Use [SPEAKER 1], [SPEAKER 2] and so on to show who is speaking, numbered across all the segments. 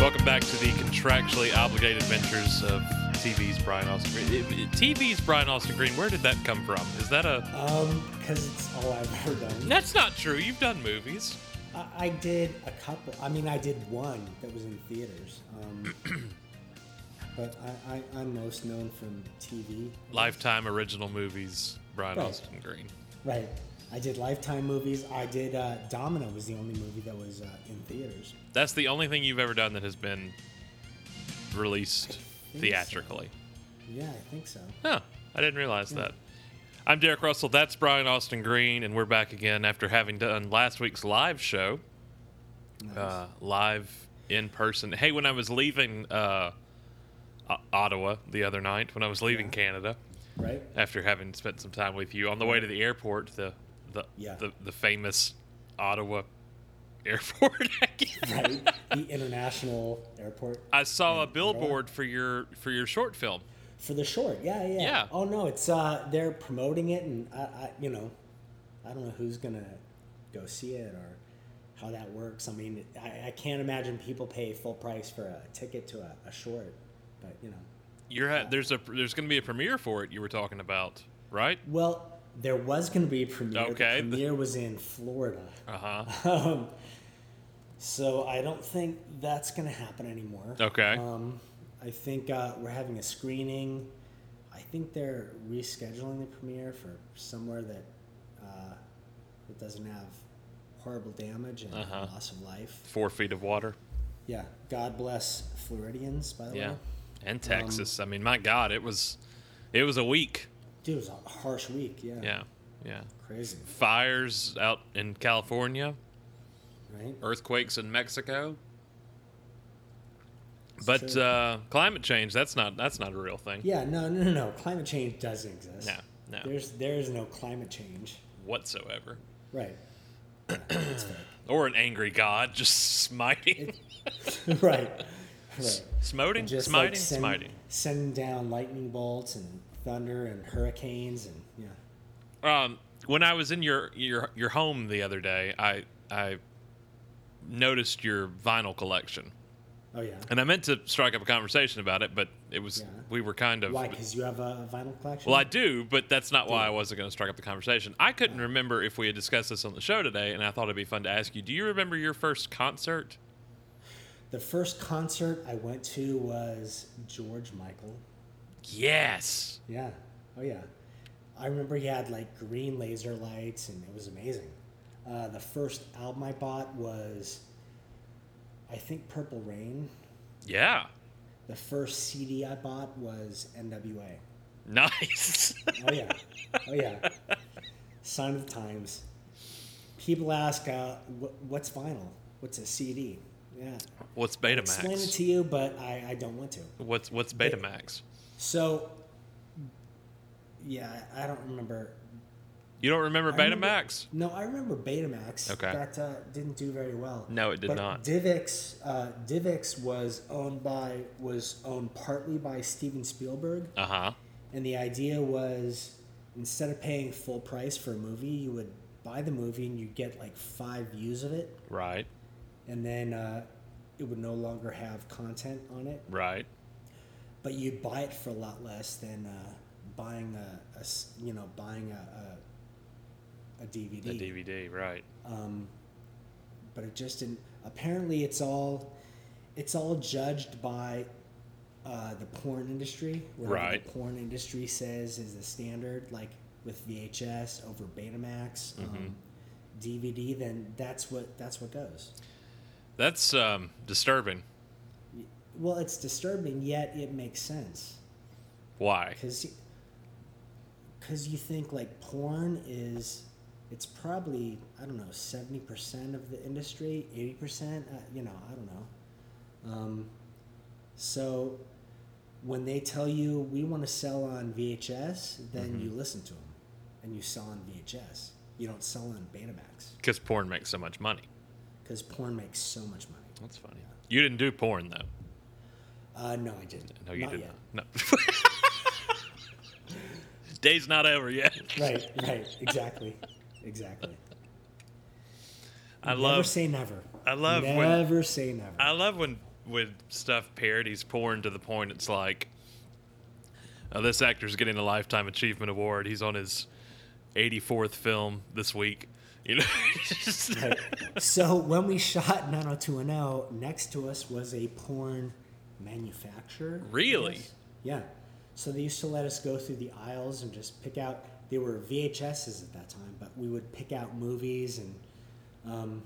[SPEAKER 1] Welcome back to the contractually obligated ventures of TV's Brian Austin Green. It- it- TV's Brian Austin Green. Where did that come from? Is that a?
[SPEAKER 2] Um, because it's all I've ever done.
[SPEAKER 1] That's not true. You've done movies.
[SPEAKER 2] I, I did a couple. I mean, I did one that was in theaters. Um, but I, I, I'm most known from TV.
[SPEAKER 1] Lifetime original movies. Brian
[SPEAKER 2] Right.
[SPEAKER 1] Austin Green.
[SPEAKER 2] Right. I did Lifetime movies. I did uh, Domino was the only movie that was uh, in theaters.
[SPEAKER 1] That's the only thing you've ever done that has been released
[SPEAKER 2] so.
[SPEAKER 1] theatrically.
[SPEAKER 2] Yeah, I think so.
[SPEAKER 1] Huh. I didn't realize that. I'm Derek Russell. That's Brian Austin Green, and we're back again after having done last week's live show. Uh, live in person. Hey, when I was leaving uh, O- Ottawa the other night, when I was leaving Canada,
[SPEAKER 2] Right.
[SPEAKER 1] after having spent some time with you on the way to the airport, the the
[SPEAKER 2] Yeah.
[SPEAKER 1] the, the famous Ottawa airport. I guess.
[SPEAKER 2] Right. the international airport
[SPEAKER 1] I saw a billboard for your for your short film.
[SPEAKER 2] for the short. Yeah, yeah.
[SPEAKER 1] Yeah.
[SPEAKER 2] Oh no, it's uh, they're promoting it, and I, I, you know, I don't know who's gonna go see it or how that works. I mean, I, I can't imagine people pay full price for a ticket to a, a short, but you know,
[SPEAKER 1] You're at, there's a there's going to be a premiere for it. You were talking about right?
[SPEAKER 2] well, there was gonna be a premiere.
[SPEAKER 1] Okay.
[SPEAKER 2] The premiere was in Florida.
[SPEAKER 1] Uh huh.
[SPEAKER 2] Um, so I don't think that's going to happen anymore.
[SPEAKER 1] Okay.
[SPEAKER 2] Um, I think uh, we're having a screening. I think they're rescheduling the premiere for somewhere that uh, that doesn't have horrible damage and
[SPEAKER 1] Uh-huh.
[SPEAKER 2] loss of life.
[SPEAKER 1] Four feet of water.
[SPEAKER 2] Yeah. God bless Floridians, by the
[SPEAKER 1] Yeah.
[SPEAKER 2] way.
[SPEAKER 1] And Texas. I mean, my God, it was it was a week.
[SPEAKER 2] Dude, it was a harsh week. Yeah.
[SPEAKER 1] Yeah. Yeah.
[SPEAKER 2] Crazy,
[SPEAKER 1] Fires out in California.
[SPEAKER 2] right?
[SPEAKER 1] earthquakes in Mexico.
[SPEAKER 2] It's
[SPEAKER 1] But
[SPEAKER 2] true.
[SPEAKER 1] uh, climate change—that's not—that's not a real thing.
[SPEAKER 2] Yeah. No, no, no, no. Climate change doesn't exist.
[SPEAKER 1] No, no.
[SPEAKER 2] There's there is no climate change.
[SPEAKER 1] whatsoever.
[SPEAKER 2] Right.
[SPEAKER 1] Or an angry god just smiting,
[SPEAKER 2] right. Right.
[SPEAKER 1] smoting,
[SPEAKER 2] Just
[SPEAKER 1] smiting,
[SPEAKER 2] like send,
[SPEAKER 1] smiting.
[SPEAKER 2] sending down lightning bolts and thunder and hurricanes and yeah.
[SPEAKER 1] Um, when I was in your your your home the other day, I I noticed your vinyl collection,
[SPEAKER 2] Oh yeah.
[SPEAKER 1] and I meant to strike up a conversation about it, but it was
[SPEAKER 2] Yeah.
[SPEAKER 1] we were kind of
[SPEAKER 2] Why? Because you have a vinyl collection.
[SPEAKER 1] Well, I do, but that's not why I wasn't going to strike up the conversation. I couldn't remember if we had discussed this on the show today, and I thought it'd be fun to ask you. Do you remember your first concert?
[SPEAKER 2] the first concert I went to was George Michael.
[SPEAKER 1] Yes.
[SPEAKER 2] Yeah. Oh yeah. I remember he had like green laser lights and it was amazing. Uh, the first album I bought was, I think Purple Rain.
[SPEAKER 1] Yeah.
[SPEAKER 2] The first CD I bought was N.W.A.
[SPEAKER 1] Nice.
[SPEAKER 2] Oh yeah, oh yeah. Sign of the times. People ask, uh, wh- "What's vinyl? What's a CD?" Yeah,
[SPEAKER 1] what's
[SPEAKER 2] explain it
[SPEAKER 1] Betamax?
[SPEAKER 2] to you, but I, I don't want to.
[SPEAKER 1] What's what's Betamax?
[SPEAKER 2] So, yeah, I I don't remember.
[SPEAKER 1] You don't remember
[SPEAKER 2] I remember-
[SPEAKER 1] Betamax?
[SPEAKER 2] No, I remember Betamax.
[SPEAKER 1] Okay.
[SPEAKER 2] That uh, didn't do very well.
[SPEAKER 1] No, it did
[SPEAKER 2] But
[SPEAKER 1] not.
[SPEAKER 2] Divx, uh, Divx was owned by was owned partly by Steven Spielberg.
[SPEAKER 1] Uh huh.
[SPEAKER 2] And the idea was instead of paying full price for a movie, you would buy the movie and you'd get like five views of it.
[SPEAKER 1] Right.
[SPEAKER 2] And then uh, it would no longer have content on it.
[SPEAKER 1] Right.
[SPEAKER 2] But you'd buy it for a lot less than uh, buying a, a s- you know, buying a, a, a DVD.
[SPEAKER 1] The DVD. Right.
[SPEAKER 2] Um, but it just didn't. Apparently, it's all it's all judged by uh, the porn industry. whatever
[SPEAKER 1] Right.
[SPEAKER 2] The porn industry says is the standard, like with VHS over Betamax, um, DVD. Then that's what that's what goes.
[SPEAKER 1] That's um, disturbing.
[SPEAKER 2] Well, it's disturbing, yet it makes sense
[SPEAKER 1] Why?
[SPEAKER 2] because because you think like porn is it's probably i don't know 70% of the industry 80% uh, you know i don't know um, so when they tell you we want to sell on vhs then
[SPEAKER 1] Mm-hmm.
[SPEAKER 2] you listen to them and you sell on vhs you don't sell on betamax
[SPEAKER 1] Because porn makes so much money.
[SPEAKER 2] because porn makes so much money
[SPEAKER 1] That's funny. You didn't do porn though.
[SPEAKER 2] uh, no i didn't
[SPEAKER 1] No, you
[SPEAKER 2] Not
[SPEAKER 1] did
[SPEAKER 2] yet.
[SPEAKER 1] not. No. Day's not over yet.
[SPEAKER 2] right right exactly exactly
[SPEAKER 1] I
[SPEAKER 2] never
[SPEAKER 1] love
[SPEAKER 2] say never
[SPEAKER 1] I love when-
[SPEAKER 2] never say never
[SPEAKER 1] I love when with stuff parodies porn to the point it's like uh, this actor's getting a lifetime achievement award. He's on his 84th film this week. You know, Just-
[SPEAKER 2] Right. so when we shot 90210, next to us was a porn manufacturer. I
[SPEAKER 1] Really?
[SPEAKER 2] guess. Yeah. So they used to let us go through the aisles and just pick out. They were VHSs at that time, but we would pick out movies, and um,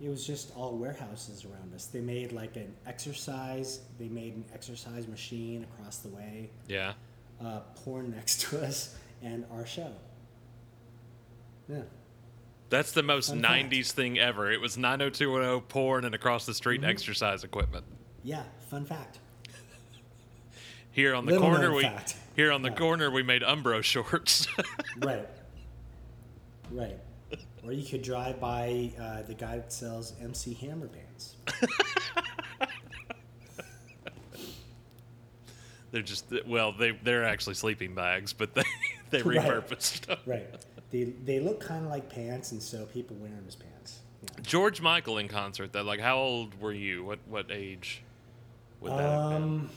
[SPEAKER 2] it was just all warehouses around us. They made like an exercise. They made an exercise machine across the way,
[SPEAKER 1] yeah.
[SPEAKER 2] uh, porn next to us, and our show. Yeah.
[SPEAKER 1] That's the most
[SPEAKER 2] Fun fact.
[SPEAKER 1] 90s thing ever. It was 90210 porn and across the street
[SPEAKER 2] Mm-hmm.
[SPEAKER 1] exercise equipment.
[SPEAKER 2] Yeah. Fun fact.
[SPEAKER 1] Here on the
[SPEAKER 2] Little
[SPEAKER 1] corner
[SPEAKER 2] known
[SPEAKER 1] we
[SPEAKER 2] fact.
[SPEAKER 1] here on the
[SPEAKER 2] Yeah.
[SPEAKER 1] corner we made Umbro shorts.
[SPEAKER 2] Right. Right. Or you could drive by uh, the guy that sells MC Hammer pants.
[SPEAKER 1] they're just well, they they're actually sleeping bags, but they they
[SPEAKER 2] Right.
[SPEAKER 1] repurposed them.
[SPEAKER 2] Right. They they look kind of like pants, and so people wear them as pants. Yeah.
[SPEAKER 1] George Michael in concert though, like how old were you? What what age would that have been?
[SPEAKER 2] Um.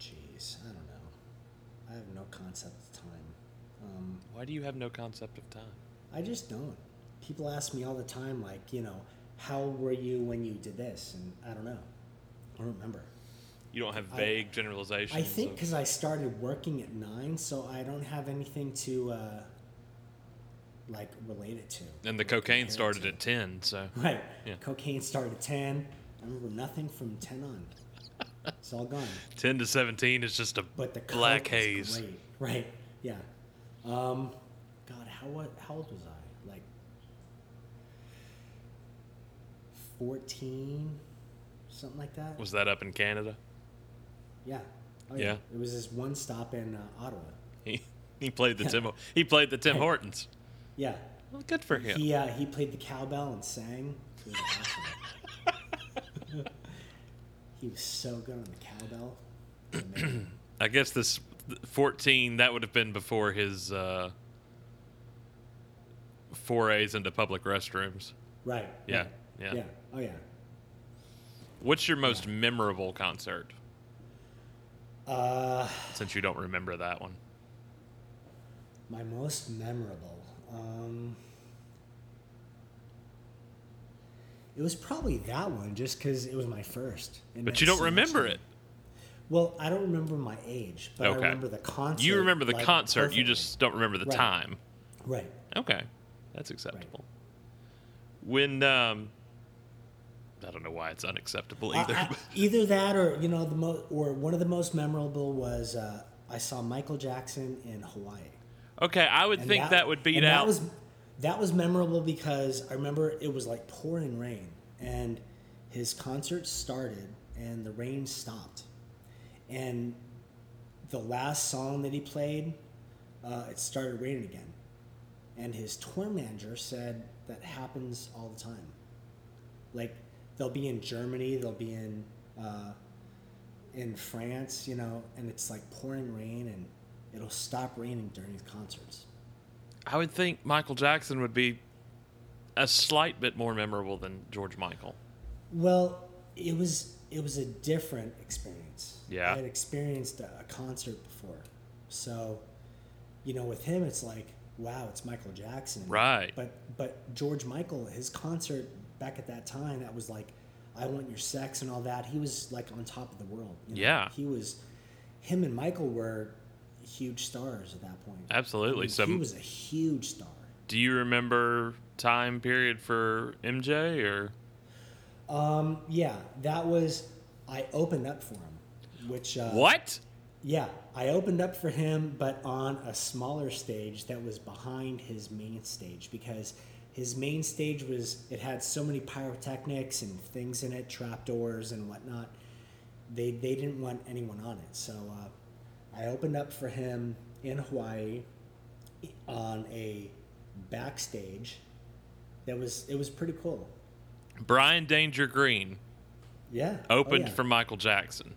[SPEAKER 2] Jeez, I don't know. I have no concept of time. Um,
[SPEAKER 1] Why do you have no concept of time?
[SPEAKER 2] I just don't. People ask me all the time, like, you know, how old were you when you did this? And I don't know. I don't remember.
[SPEAKER 1] You don't have
[SPEAKER 2] I-
[SPEAKER 1] vague generalizations.
[SPEAKER 2] I think
[SPEAKER 1] of-
[SPEAKER 2] because I started working at nine, so I don't have anything to uh, like relate it to.
[SPEAKER 1] and the cocaine
[SPEAKER 2] compare it
[SPEAKER 1] started
[SPEAKER 2] to.
[SPEAKER 1] at 10, so
[SPEAKER 2] Right.
[SPEAKER 1] Yeah.
[SPEAKER 2] Cocaine started at ten. I remember nothing from ten on. it's all gone.
[SPEAKER 1] 10 to 17 is just a
[SPEAKER 2] But the coke
[SPEAKER 1] black
[SPEAKER 2] was
[SPEAKER 1] haze.
[SPEAKER 2] Great. Right. Yeah. Um, God, how what? How old was I? Like fourteen, something like that.
[SPEAKER 1] Was that up in Canada?
[SPEAKER 2] yeah. Oh,
[SPEAKER 1] Yeah.
[SPEAKER 2] It was this one stop in uh, Ottawa.
[SPEAKER 1] He he played the Tim he played the Tim Hortons.
[SPEAKER 2] Yeah.
[SPEAKER 1] Well, good for him.
[SPEAKER 2] He uh, he played the cowbell and sang. It was awesome. he was so good on the cowbell. It was amazing.
[SPEAKER 1] I guess this 14 that would have been before his uh, forays into public restrooms.
[SPEAKER 2] right.
[SPEAKER 1] Yeah,
[SPEAKER 2] right.
[SPEAKER 1] yeah.
[SPEAKER 2] Yeah. Oh yeah.
[SPEAKER 1] What's your most memorable concert
[SPEAKER 2] Uh,
[SPEAKER 1] since you don't remember that one?
[SPEAKER 2] my most memorable. Um, it was probably that one, just because it was my first. It
[SPEAKER 1] But
[SPEAKER 2] meant
[SPEAKER 1] you don't
[SPEAKER 2] so much to
[SPEAKER 1] remember
[SPEAKER 2] me.
[SPEAKER 1] it.
[SPEAKER 2] Well, I don't remember my age, but I
[SPEAKER 1] Okay.
[SPEAKER 2] remember the concert.
[SPEAKER 1] You remember the
[SPEAKER 2] like,
[SPEAKER 1] concert, you
[SPEAKER 2] perfectly.
[SPEAKER 1] just don't remember the
[SPEAKER 2] Right.
[SPEAKER 1] time.
[SPEAKER 2] right.
[SPEAKER 1] Okay, that's acceptable. When um, I don't know why it's unacceptable either.
[SPEAKER 2] I- I-
[SPEAKER 1] but-
[SPEAKER 2] either that, or you know, the mo- or one of the most memorable was uh, I saw Michael Jackson in Hawaii.
[SPEAKER 1] okay, I would
[SPEAKER 2] And
[SPEAKER 1] think that, would beat
[SPEAKER 2] and
[SPEAKER 1] out.
[SPEAKER 2] That was that was memorable because I remember it was like pouring rain, and his concert started, and the rain stopped, and the last song that he played, uh, it started raining again, and his tour manager said that happens all the time. Like they'll be in Germany, they'll be in uh, in France, you know, and it's like pouring rain, and it'll stop raining during his concerts.
[SPEAKER 1] I would think Michael Jackson would be a slight bit more memorable than George Michael.
[SPEAKER 2] Well, it was it was a different experience.
[SPEAKER 1] Yeah.
[SPEAKER 2] I had experienced a, a concert before, so you know, with him, it's like, wow, it's Michael Jackson,
[SPEAKER 1] Right.
[SPEAKER 2] But but George Michael, his concert back at that time, that was like, I want your sex and all that. He was like on top of the world. you know?
[SPEAKER 1] Yeah.
[SPEAKER 2] he was. Him and Michael were huge stars at that point.
[SPEAKER 1] Uh, Absolutely. So,
[SPEAKER 2] he was a huge star.
[SPEAKER 1] do you remember time period for MJ or?
[SPEAKER 2] Um, yeah, that was I opened up for him, which uh,
[SPEAKER 1] What?
[SPEAKER 2] Yeah, I opened up for him, but on a smaller stage that was behind his main stage because his main stage was it had so many pyrotechnics and things in it, trapdoors and whatnot. They they didn't want anyone on it, so uh, I opened up for him in Hawaii on a backstage. That was it was pretty cool.
[SPEAKER 1] Brian Danger Green
[SPEAKER 2] Yeah, oh,
[SPEAKER 1] opened
[SPEAKER 2] yeah.
[SPEAKER 1] for Michael Jackson.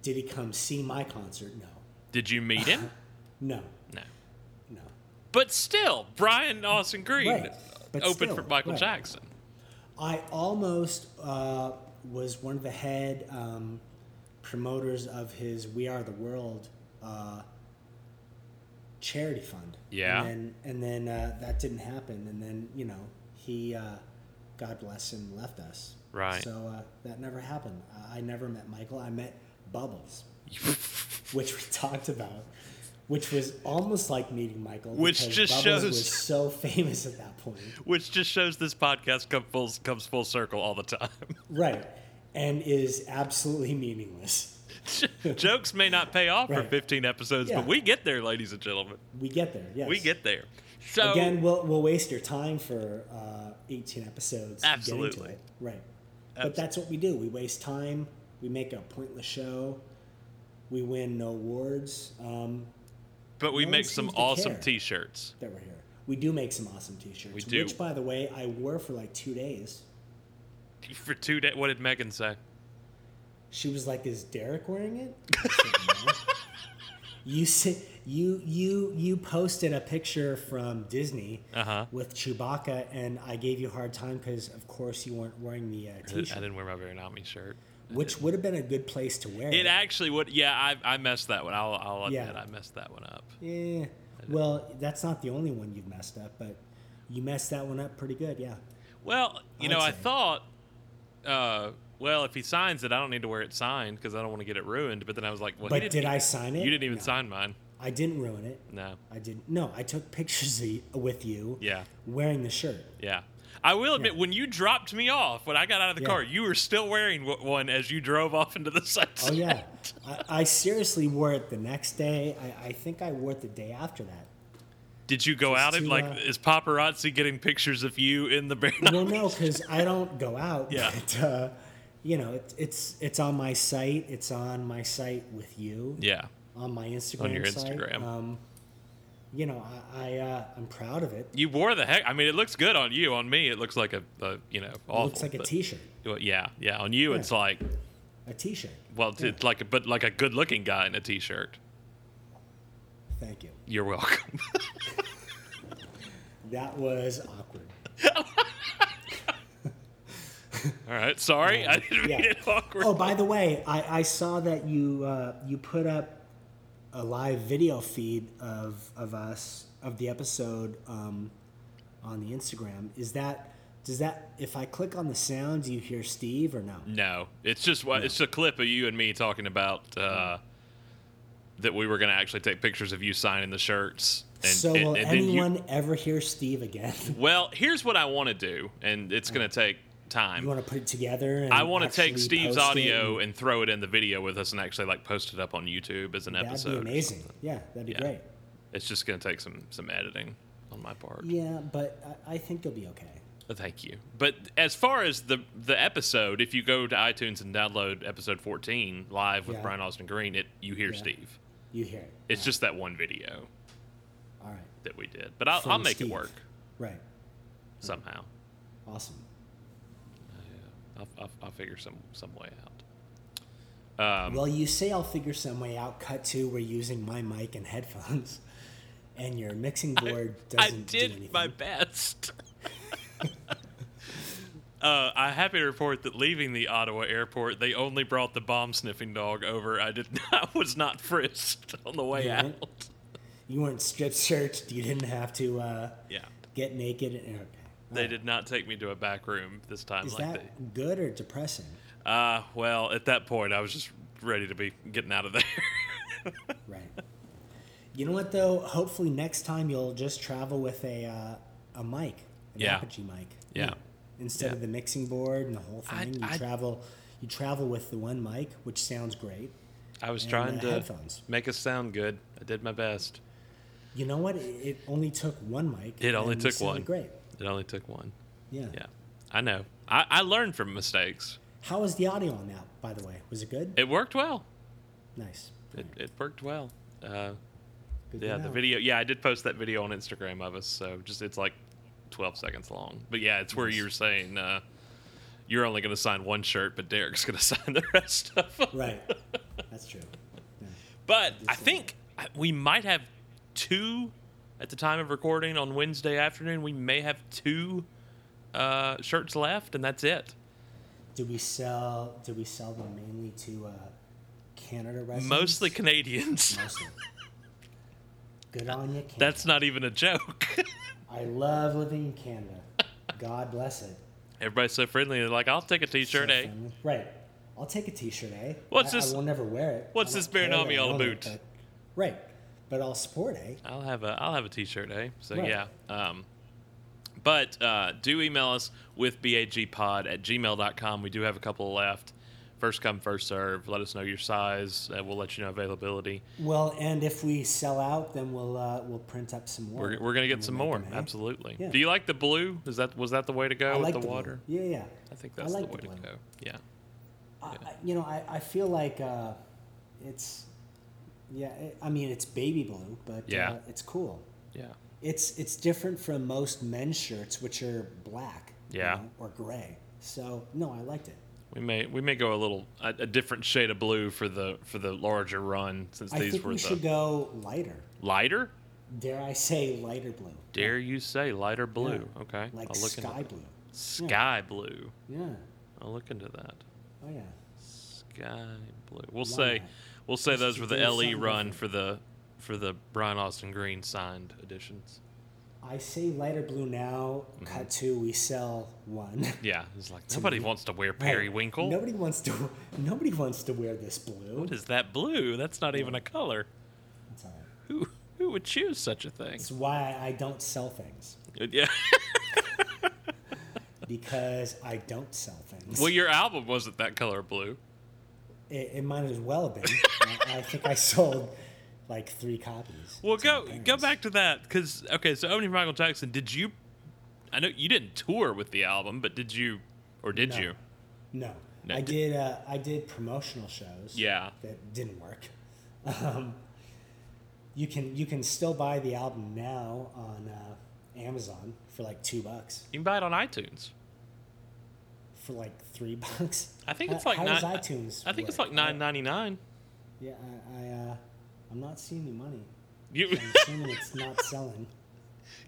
[SPEAKER 2] Did he come see my concert? No.
[SPEAKER 1] Did you meet him?
[SPEAKER 2] No.
[SPEAKER 1] no.
[SPEAKER 2] No.
[SPEAKER 1] But still, Brian Austin Green
[SPEAKER 2] Right, but
[SPEAKER 1] opened for
[SPEAKER 2] still,
[SPEAKER 1] Michael
[SPEAKER 2] right.
[SPEAKER 1] Jackson.
[SPEAKER 2] I almost uh, was one of the head um, promoters of his We Are the World uh, charity fund.
[SPEAKER 1] Yeah.
[SPEAKER 2] And then, and then uh, that didn't happen. And then, you know, he, uh, God bless him, left us.
[SPEAKER 1] Right.
[SPEAKER 2] So uh, that never happened. I I never met Michael. I met Bubbles, which we talked about, which was almost like meeting Michael.
[SPEAKER 1] Which
[SPEAKER 2] because
[SPEAKER 1] just
[SPEAKER 2] Bubbles
[SPEAKER 1] shows-
[SPEAKER 2] was so famous at that point.
[SPEAKER 1] Which just shows this podcast come full, comes full circle all the time.
[SPEAKER 2] Right. And is absolutely meaningless.
[SPEAKER 1] Jokes may not pay off for
[SPEAKER 2] Right.
[SPEAKER 1] 15 episodes,
[SPEAKER 2] Yeah.
[SPEAKER 1] but we get there, ladies and gentlemen.
[SPEAKER 2] We get there. Yes.
[SPEAKER 1] We get there. So
[SPEAKER 2] Again, we'll we'll waste your time for uh, 18 episodes. getting to
[SPEAKER 1] Absolutely.
[SPEAKER 2] it. Right. But that's what we do. We waste time. We make a pointless show. We win no awards um,
[SPEAKER 1] but we
[SPEAKER 2] no one
[SPEAKER 1] make some
[SPEAKER 2] seems to
[SPEAKER 1] awesome
[SPEAKER 2] care.
[SPEAKER 1] t-shirts.
[SPEAKER 2] that we're here. We do make some awesome T-shirts.
[SPEAKER 1] We do.
[SPEAKER 2] Which, by the way, I wore for like two days.
[SPEAKER 1] For two days, what did Megan say?
[SPEAKER 2] She was like, "Is Derek wearing it?" I said, "No." you said you you you posted a picture from Disney
[SPEAKER 1] Uh-huh.
[SPEAKER 2] with Chewbacca, and I gave you a hard time because, of course, you weren't wearing the uh,
[SPEAKER 1] I
[SPEAKER 2] T-shirt,
[SPEAKER 1] didn't wear my Veronami shirt.
[SPEAKER 2] which would have been a good place to wear
[SPEAKER 1] It actually would. Yeah, I, I messed that one. I'll, I'll admit
[SPEAKER 2] Yeah.
[SPEAKER 1] I messed that one up.
[SPEAKER 2] yeah. Well, that's not the only one you've messed up, but you messed that one up pretty good. Yeah.
[SPEAKER 1] Well, you know,
[SPEAKER 2] I'd
[SPEAKER 1] I
[SPEAKER 2] say.
[SPEAKER 1] thought, uh, well, if he signs it, I don't need to wear it signed because I don't want to get it ruined. But then I was like, well, he
[SPEAKER 2] But
[SPEAKER 1] didn't
[SPEAKER 2] did I
[SPEAKER 1] e-
[SPEAKER 2] sign it?
[SPEAKER 1] You didn't e-, even
[SPEAKER 2] No.
[SPEAKER 1] sign mine.
[SPEAKER 2] I didn't ruin it.
[SPEAKER 1] No.
[SPEAKER 2] I didn't. No, I took pictures of y- with you.
[SPEAKER 1] Yeah.
[SPEAKER 2] Wearing the shirt.
[SPEAKER 1] Yeah. I will admit, when you dropped me off, when I got out of the
[SPEAKER 2] Yeah.
[SPEAKER 1] car, you were still wearing w- one as you drove off into the sunset.
[SPEAKER 2] Oh yeah, I, I seriously wore it the next day. I, I think I wore it the day after that.
[SPEAKER 1] Did you go out and
[SPEAKER 2] to,
[SPEAKER 1] like,
[SPEAKER 2] uh,
[SPEAKER 1] is paparazzi getting pictures of you in the Veronami?
[SPEAKER 2] Well, no, because I don't go out.
[SPEAKER 1] Yeah.
[SPEAKER 2] But, uh, you know, it, it's it's on my site. It's on my site with you.
[SPEAKER 1] Yeah.
[SPEAKER 2] On my Instagram.
[SPEAKER 1] your
[SPEAKER 2] site.
[SPEAKER 1] Instagram.
[SPEAKER 2] Um, you know, I, I uh, I'm proud of it.
[SPEAKER 1] You wore the heck. I mean, it looks good on you. On me, it looks like a, a you know, awful.
[SPEAKER 2] it looks like a
[SPEAKER 1] but-
[SPEAKER 2] T-shirt.
[SPEAKER 1] well, yeah, yeah. On you, it's
[SPEAKER 2] Yeah.
[SPEAKER 1] like,
[SPEAKER 2] A T-shirt.
[SPEAKER 1] well, it's, it's like a but like a good-looking guy in a t-shirt.
[SPEAKER 2] Thank you.
[SPEAKER 1] You're welcome.
[SPEAKER 2] That was awkward.
[SPEAKER 1] All right. Sorry, I didn't
[SPEAKER 2] yeah.
[SPEAKER 1] mean it awkward.
[SPEAKER 2] Oh, by the way, I, I saw that you uh, you put up a live video feed of of us of the episode um, on the Instagram. Is that does that if I click on the sound, do you hear Steve or no?
[SPEAKER 1] No, it's just what it's a clip of you and me talking about uh, that we were going to actually take pictures of you signing the shirts. And,
[SPEAKER 2] so
[SPEAKER 1] and-
[SPEAKER 2] will
[SPEAKER 1] and then you-
[SPEAKER 2] anyone ever hear Steve again?
[SPEAKER 1] well, here's what I want to do, and it's going to take time.
[SPEAKER 2] you want to put it together? And
[SPEAKER 1] I want to take
[SPEAKER 2] actually
[SPEAKER 1] Steve's
[SPEAKER 2] post it
[SPEAKER 1] audio
[SPEAKER 2] and-
[SPEAKER 1] and throw it in the video with us, and actually like post it up on YouTube as an
[SPEAKER 2] That'd
[SPEAKER 1] episode.
[SPEAKER 2] be
[SPEAKER 1] or
[SPEAKER 2] amazing.
[SPEAKER 1] something.
[SPEAKER 2] Yeah, that'd be
[SPEAKER 1] Yeah.
[SPEAKER 2] great.
[SPEAKER 1] It's just going to take some some editing on my part.
[SPEAKER 2] Yeah, but I, I think you'll be okay.
[SPEAKER 1] Well, Thank you. But as far as the the episode, if you go to iTunes and download episode 14 live with
[SPEAKER 2] Yeah.
[SPEAKER 1] Brian Austin Green, it you hear
[SPEAKER 2] Yeah.
[SPEAKER 1] Steve.
[SPEAKER 2] You hear it.
[SPEAKER 1] It's just that one video
[SPEAKER 2] All right.
[SPEAKER 1] that we did, but I'll, I'll
[SPEAKER 2] From
[SPEAKER 1] make
[SPEAKER 2] Steve.
[SPEAKER 1] it work
[SPEAKER 2] Right.
[SPEAKER 1] somehow.
[SPEAKER 2] Awesome.
[SPEAKER 1] I'll, I'll, I'll figure some some way out. Um,
[SPEAKER 2] Well, you say I'll figure some way out. Cut to we're using my mic and headphones, and your mixing board
[SPEAKER 1] I
[SPEAKER 2] doesn't do
[SPEAKER 1] did
[SPEAKER 2] anything.
[SPEAKER 1] my best. uh, I'm happy to report that leaving the Ottawa airport, they only brought the bomb sniffing dog over. I did not was not frisked on the way
[SPEAKER 2] Yeah.
[SPEAKER 1] out.
[SPEAKER 2] You weren't strip searched. You didn't have to uh,
[SPEAKER 1] Yeah.
[SPEAKER 2] get naked. And, okay.
[SPEAKER 1] They did not take me to a back room this time.
[SPEAKER 2] Is
[SPEAKER 1] like
[SPEAKER 2] that good or depressing?
[SPEAKER 1] they, uh, well, at that point, I was just ready to be getting out of there.
[SPEAKER 2] Right. You know what though? Hopefully next time you'll just travel with a uh, a mic, an
[SPEAKER 1] Yeah.
[SPEAKER 2] Apogee mic.
[SPEAKER 1] Yeah.
[SPEAKER 2] Instead
[SPEAKER 1] Yeah.
[SPEAKER 2] of the mixing board and the whole
[SPEAKER 1] I-
[SPEAKER 2] thing, you
[SPEAKER 1] I-
[SPEAKER 2] travel you travel with the one mic, which sounds great.
[SPEAKER 1] I was
[SPEAKER 2] And,
[SPEAKER 1] trying
[SPEAKER 2] uh,
[SPEAKER 1] to
[SPEAKER 2] headphones.
[SPEAKER 1] make us sound good. I did my best.
[SPEAKER 2] You know what? It, it only took one mic.
[SPEAKER 1] It only
[SPEAKER 2] and we
[SPEAKER 1] took
[SPEAKER 2] sounded
[SPEAKER 1] one.
[SPEAKER 2] Great.
[SPEAKER 1] It only took one.
[SPEAKER 2] Yeah.
[SPEAKER 1] Yeah, I know. I, I learned from mistakes.
[SPEAKER 2] How was the audio on that, by the way? Was it good?
[SPEAKER 1] It worked well.
[SPEAKER 2] nice.
[SPEAKER 1] It, it worked well. Uh,
[SPEAKER 2] Good to
[SPEAKER 1] yeah, the
[SPEAKER 2] know.
[SPEAKER 1] video. Yeah, I did post that video on Instagram of us. So just it's like 12 seconds long. But yeah, it's where you're saying uh, you're only going to sign one shirt, but Derek's going to sign the rest of them.
[SPEAKER 2] Right. That's true. Yeah.
[SPEAKER 1] But I
[SPEAKER 2] see
[SPEAKER 1] think I- we might have two at the time of recording on Wednesday afternoon. We may have two uh, shirts left, and that's it.
[SPEAKER 2] Do we sell? Do we sell them mainly to uh, Canada residents?
[SPEAKER 1] Mostly Canadians.
[SPEAKER 2] Mostly. Good on you, Canada.
[SPEAKER 1] That's not even a joke.
[SPEAKER 2] I love living in Canada. God bless it.
[SPEAKER 1] Everybody's so friendly. They're like, I'll take a T-shirt,
[SPEAKER 2] So
[SPEAKER 1] eh?
[SPEAKER 2] friendly. Right. I'll take a T-shirt, eh?
[SPEAKER 1] What's
[SPEAKER 2] I,
[SPEAKER 1] this-
[SPEAKER 2] I will never wear it.
[SPEAKER 1] what's
[SPEAKER 2] I don't
[SPEAKER 1] this bearing
[SPEAKER 2] care
[SPEAKER 1] on me
[SPEAKER 2] that I
[SPEAKER 1] all
[SPEAKER 2] own it,
[SPEAKER 1] about?
[SPEAKER 2] but- right. But I'll support, eh?
[SPEAKER 1] I'll have a I'll have a T-shirt, eh? So
[SPEAKER 2] Right.
[SPEAKER 1] yeah. Um, but uh, do email us with bagpod at gmail.com. We do have a couple left. First come, first serve. Let us know your size. Uh, we'll let you know availability.
[SPEAKER 2] Well, and if we sell out, then we'll uh, we'll print up some more.
[SPEAKER 1] We're, we're gonna
[SPEAKER 2] and
[SPEAKER 1] get
[SPEAKER 2] we'll
[SPEAKER 1] some
[SPEAKER 2] make
[SPEAKER 1] more.
[SPEAKER 2] 'em, eh?
[SPEAKER 1] Absolutely.
[SPEAKER 2] Yeah.
[SPEAKER 1] Do you like the blue? Is that was that the way to go
[SPEAKER 2] I
[SPEAKER 1] with
[SPEAKER 2] like
[SPEAKER 1] the,
[SPEAKER 2] blue.
[SPEAKER 1] water?
[SPEAKER 2] Yeah, yeah.
[SPEAKER 1] I think that's
[SPEAKER 2] like
[SPEAKER 1] the way to
[SPEAKER 2] the blue.
[SPEAKER 1] go. Yeah.
[SPEAKER 2] I, I- you know, I, I feel like uh, it's yeah. It, I mean, it's baby blue, but
[SPEAKER 1] Yeah.
[SPEAKER 2] uh, it's cool.
[SPEAKER 1] Yeah.
[SPEAKER 2] It's it's different from most men's shirts, which are black, you
[SPEAKER 1] Yeah.
[SPEAKER 2] know, or gray. So no, I liked it.
[SPEAKER 1] We may we may go a little a, a different shade of blue for the for the larger run since
[SPEAKER 2] I
[SPEAKER 1] these
[SPEAKER 2] think
[SPEAKER 1] were
[SPEAKER 2] we
[SPEAKER 1] the
[SPEAKER 2] should go lighter.
[SPEAKER 1] lighter.
[SPEAKER 2] Dare I say lighter blue?
[SPEAKER 1] Dare you say lighter blue?
[SPEAKER 2] Yeah.
[SPEAKER 1] Okay.
[SPEAKER 2] Like
[SPEAKER 1] I'll look into
[SPEAKER 2] sky
[SPEAKER 1] that.
[SPEAKER 2] blue.
[SPEAKER 1] Sky blue.
[SPEAKER 2] Yeah.
[SPEAKER 1] I'll look into that.
[SPEAKER 2] Oh yeah.
[SPEAKER 1] Sky blue. We'll say
[SPEAKER 2] not?
[SPEAKER 1] we'll say
[SPEAKER 2] Just
[SPEAKER 1] those
[SPEAKER 2] to
[SPEAKER 1] were
[SPEAKER 2] do
[SPEAKER 1] the LE
[SPEAKER 2] something
[SPEAKER 1] run
[SPEAKER 2] different.
[SPEAKER 1] for the for the Brian Austin Green signed editions.
[SPEAKER 2] I say lighter blue now.
[SPEAKER 1] Mm-hmm.
[SPEAKER 2] Cut to we sell one.
[SPEAKER 1] Yeah, it's like nobody wants to wear periwinkle.
[SPEAKER 2] Nobody wants to. Nobody wants to wear this blue.
[SPEAKER 1] What is that blue? That's not even a color.
[SPEAKER 2] It's all right.
[SPEAKER 1] Who who would choose such a thing?
[SPEAKER 2] It's why I don't sell things
[SPEAKER 1] Yeah.
[SPEAKER 2] because I don't sell things.
[SPEAKER 1] Well, your album wasn't that color blue.
[SPEAKER 2] it, it might as well have been. I, I think I sold like three copies.
[SPEAKER 1] Well,
[SPEAKER 2] to my
[SPEAKER 1] go go
[SPEAKER 2] parents.
[SPEAKER 1] back to that because okay, so Omni Michael Jackson, did you? I know you didn't tour with the album, but did you, or did
[SPEAKER 2] No.
[SPEAKER 1] you?
[SPEAKER 2] No,
[SPEAKER 1] No.
[SPEAKER 2] I did. Uh, I did promotional shows.
[SPEAKER 1] Yeah.
[SPEAKER 2] that didn't work. Um, you can you can still buy the album now on uh, Amazon for like two bucks,
[SPEAKER 1] You can buy it on iTunes.
[SPEAKER 2] for like three bucks.
[SPEAKER 1] I think
[SPEAKER 2] How-
[SPEAKER 1] it's like
[SPEAKER 2] how
[SPEAKER 1] nine.
[SPEAKER 2] does iTunes.
[SPEAKER 1] I think it's
[SPEAKER 2] work?
[SPEAKER 1] like nine ninety nine.
[SPEAKER 2] Yeah, I, I uh, I'm not seeing any money.
[SPEAKER 1] You
[SPEAKER 2] I'm assuming it's not selling.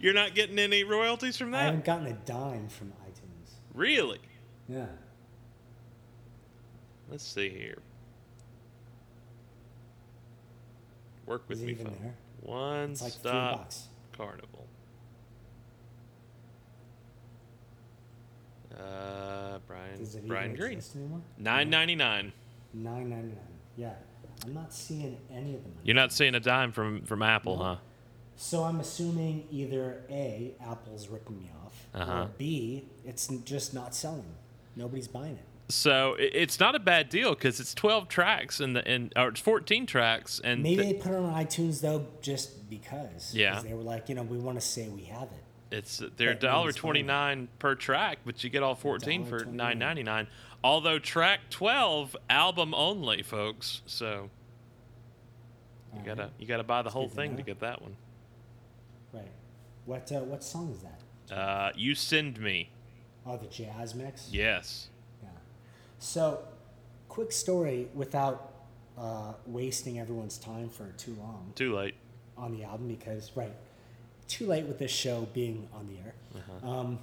[SPEAKER 1] you're not getting any royalties from
[SPEAKER 2] I
[SPEAKER 1] that,
[SPEAKER 2] haven't gotten a dime from iTunes.
[SPEAKER 1] really?
[SPEAKER 2] Yeah.
[SPEAKER 1] Let's see here. Work with
[SPEAKER 2] Is it
[SPEAKER 1] me,
[SPEAKER 2] even
[SPEAKER 1] phone.
[SPEAKER 2] there?
[SPEAKER 1] One
[SPEAKER 2] It's like three
[SPEAKER 1] stop
[SPEAKER 2] bucks.
[SPEAKER 1] carnival. Uh, Brian
[SPEAKER 2] Does it
[SPEAKER 1] Brian
[SPEAKER 2] even
[SPEAKER 1] Green,
[SPEAKER 2] exist anymore?
[SPEAKER 1] nine ninety nine.
[SPEAKER 2] Nine ninety nine. Yeah. I'm not seeing any of the money.
[SPEAKER 1] You're not seeing a dime from from Apple, huh?
[SPEAKER 2] So I'm assuming either A, Apple's ripping me off,
[SPEAKER 1] Uh-huh.
[SPEAKER 2] or B, it's n- just not selling. Nobody's buying it.
[SPEAKER 1] So it, it's not a bad deal because it's 12 tracks and the and or it's 14 tracks and
[SPEAKER 2] Maybe
[SPEAKER 1] th-
[SPEAKER 2] they put it on iTunes though, just because. 'cause
[SPEAKER 1] Yeah.
[SPEAKER 2] They were like, you know, we want to say we have it.
[SPEAKER 1] it's they're
[SPEAKER 2] that means
[SPEAKER 1] dollar
[SPEAKER 2] it's fine.
[SPEAKER 1] 29 per track, but you get all 14 for
[SPEAKER 2] $1.29.
[SPEAKER 1] 9.99. Although track 12 album only, folks. So you
[SPEAKER 2] All
[SPEAKER 1] gotta you gotta buy the whole
[SPEAKER 2] good to
[SPEAKER 1] thing to
[SPEAKER 2] know.
[SPEAKER 1] get that one.
[SPEAKER 2] Right. What uh, what song is that?
[SPEAKER 1] Uh, you send me
[SPEAKER 2] Oh, the jazz mix.
[SPEAKER 1] yes.
[SPEAKER 2] Yeah. So, quick story without uh, wasting everyone's time for too long
[SPEAKER 1] Too late.
[SPEAKER 2] on the album because right, too late with this show being on the air.
[SPEAKER 1] Uh-huh.
[SPEAKER 2] Um,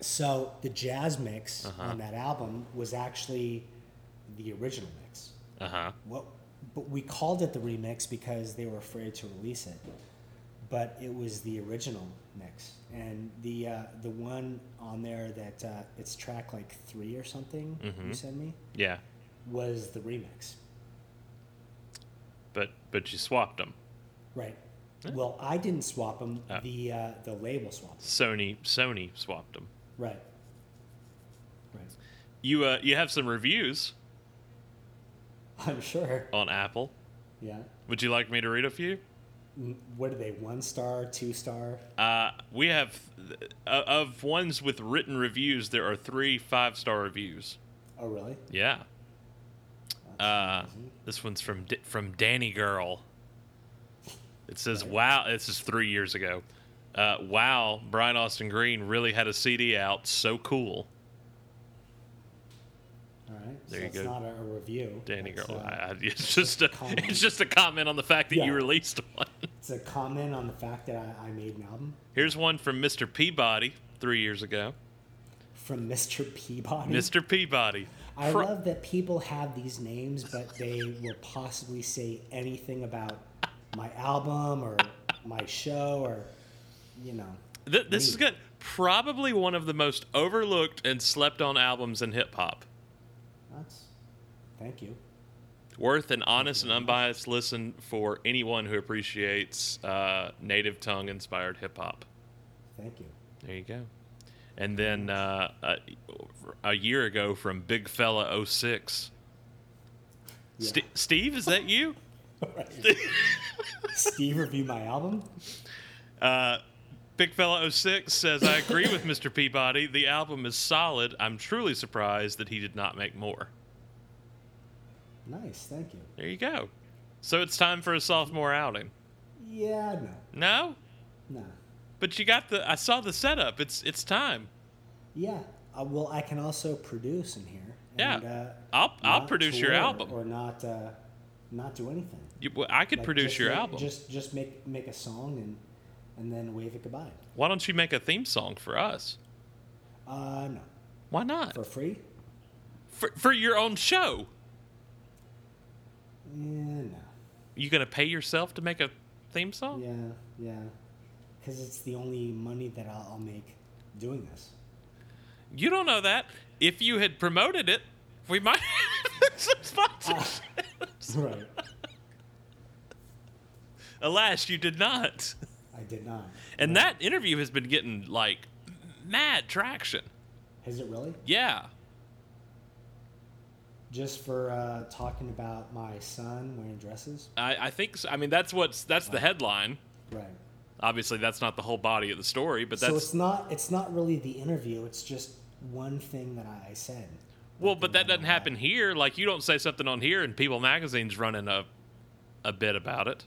[SPEAKER 2] so the jazz mix
[SPEAKER 1] Uh-huh.
[SPEAKER 2] on that album was actually the original mix.
[SPEAKER 1] Uh huh.
[SPEAKER 2] What, but we called it the remix because they were afraid to release it. But it was the original mix, and the uh, the one on there that uh, it's track like three or something
[SPEAKER 1] Mm-hmm.
[SPEAKER 2] you sent me
[SPEAKER 1] Yeah,
[SPEAKER 2] was the remix,
[SPEAKER 1] but but you swapped them.
[SPEAKER 2] right? Well, I didn't swap them.
[SPEAKER 1] Oh.
[SPEAKER 2] The uh, the label swapped, 'em.
[SPEAKER 1] Sony Sony swapped them.
[SPEAKER 2] right? Right.
[SPEAKER 1] You uh you have some reviews
[SPEAKER 2] I'm sure.
[SPEAKER 1] on Apple.
[SPEAKER 2] Yeah.
[SPEAKER 1] Would you like me to read a few?
[SPEAKER 2] N- What are they? One star, two star.
[SPEAKER 1] Uh, we have uh, of ones with written reviews. There are three five star reviews.
[SPEAKER 2] Oh, really?
[SPEAKER 1] Yeah. Uh, this one's from D- from Danny Girl. It says, "Wow, this is three years ago." Uh, wow, Brian Austin Green really had a CD out. So cool,
[SPEAKER 2] All right.
[SPEAKER 1] There
[SPEAKER 2] so
[SPEAKER 1] you
[SPEAKER 2] it's
[SPEAKER 1] go.
[SPEAKER 2] not a, a review.
[SPEAKER 1] Danny
[SPEAKER 2] It's,
[SPEAKER 1] Girl.
[SPEAKER 2] uh,
[SPEAKER 1] I, I, it's just a
[SPEAKER 2] comment.
[SPEAKER 1] it's just a comment on the fact that
[SPEAKER 2] Yeah.
[SPEAKER 1] you released one.
[SPEAKER 2] It's a comment on the fact that I, I made an album.
[SPEAKER 1] Here's one from Mr. Peabody three years ago.
[SPEAKER 2] from Mr. Peabody.
[SPEAKER 1] Mr. Peabody.
[SPEAKER 2] Hmm. I
[SPEAKER 1] Pro-
[SPEAKER 2] love that people have these names, but they will possibly say anything about my album or my show or, you know.
[SPEAKER 1] Th- this is
[SPEAKER 2] me.
[SPEAKER 1] good. Probably one of the most overlooked and slept on albums in hip hop.
[SPEAKER 2] That's, thank you.
[SPEAKER 1] Worth an honest and unbiased listen for anyone who appreciates uh, native tongue inspired hip hop.
[SPEAKER 2] Thank you.
[SPEAKER 1] There you go. And then uh, a, a year ago from Big Fella 06.
[SPEAKER 2] Yeah.
[SPEAKER 1] Ste Steve, is that you?
[SPEAKER 2] Right. Steve reviewed my album.
[SPEAKER 1] Uh, Big Fella 06 says, I agree with Mr. Peabody. The album is solid. I'm truly surprised that he did not make more.
[SPEAKER 2] Nice. Thank you.
[SPEAKER 1] There you go. So it's time for a sophomore outing.
[SPEAKER 2] Yeah, no.
[SPEAKER 1] No?
[SPEAKER 2] No.
[SPEAKER 1] But you got the I saw the setup. It's it's time.
[SPEAKER 2] Yeah. Uh, well, I can also produce in here.
[SPEAKER 1] Yeah.
[SPEAKER 2] And, uh,
[SPEAKER 1] I'll I'll
[SPEAKER 2] not
[SPEAKER 1] produce your
[SPEAKER 2] tour
[SPEAKER 1] album.
[SPEAKER 2] Or not, uh, not do anything.
[SPEAKER 1] You, well, I could
[SPEAKER 2] Like,
[SPEAKER 1] produce
[SPEAKER 2] just
[SPEAKER 1] your
[SPEAKER 2] make-
[SPEAKER 1] album.
[SPEAKER 2] Just just make make a song and and then wave it goodbye.
[SPEAKER 1] Why don't you make a theme song for us?
[SPEAKER 2] Uh, no,
[SPEAKER 1] Why not?
[SPEAKER 2] for free?
[SPEAKER 1] For, for your own show.
[SPEAKER 2] Yeah, no.
[SPEAKER 1] You gonna pay yourself to make a theme song?
[SPEAKER 2] Yeah, yeah. Because it's the only money that I'll, I'll make doing this.
[SPEAKER 1] You don't know that. If you had promoted it, we might have some sponsors.
[SPEAKER 2] right.
[SPEAKER 1] Alas, you did not.
[SPEAKER 2] I did not.
[SPEAKER 1] And that interview has been getting like mad traction.
[SPEAKER 2] Is it really?
[SPEAKER 1] Yeah.
[SPEAKER 2] Just for uh, talking about my son wearing dresses?
[SPEAKER 1] I, I think so. I mean that's what's that's the headline.
[SPEAKER 2] Right.
[SPEAKER 1] Obviously, that's not the whole body of the story, but
[SPEAKER 2] so
[SPEAKER 1] that's
[SPEAKER 2] it's not it's not really the interview. It's just one thing that I, I said.
[SPEAKER 1] well,
[SPEAKER 2] Like,
[SPEAKER 1] but
[SPEAKER 2] in
[SPEAKER 1] that
[SPEAKER 2] my
[SPEAKER 1] doesn't happen here. Like you don't say something on here, and People Magazine's running a a bit about it.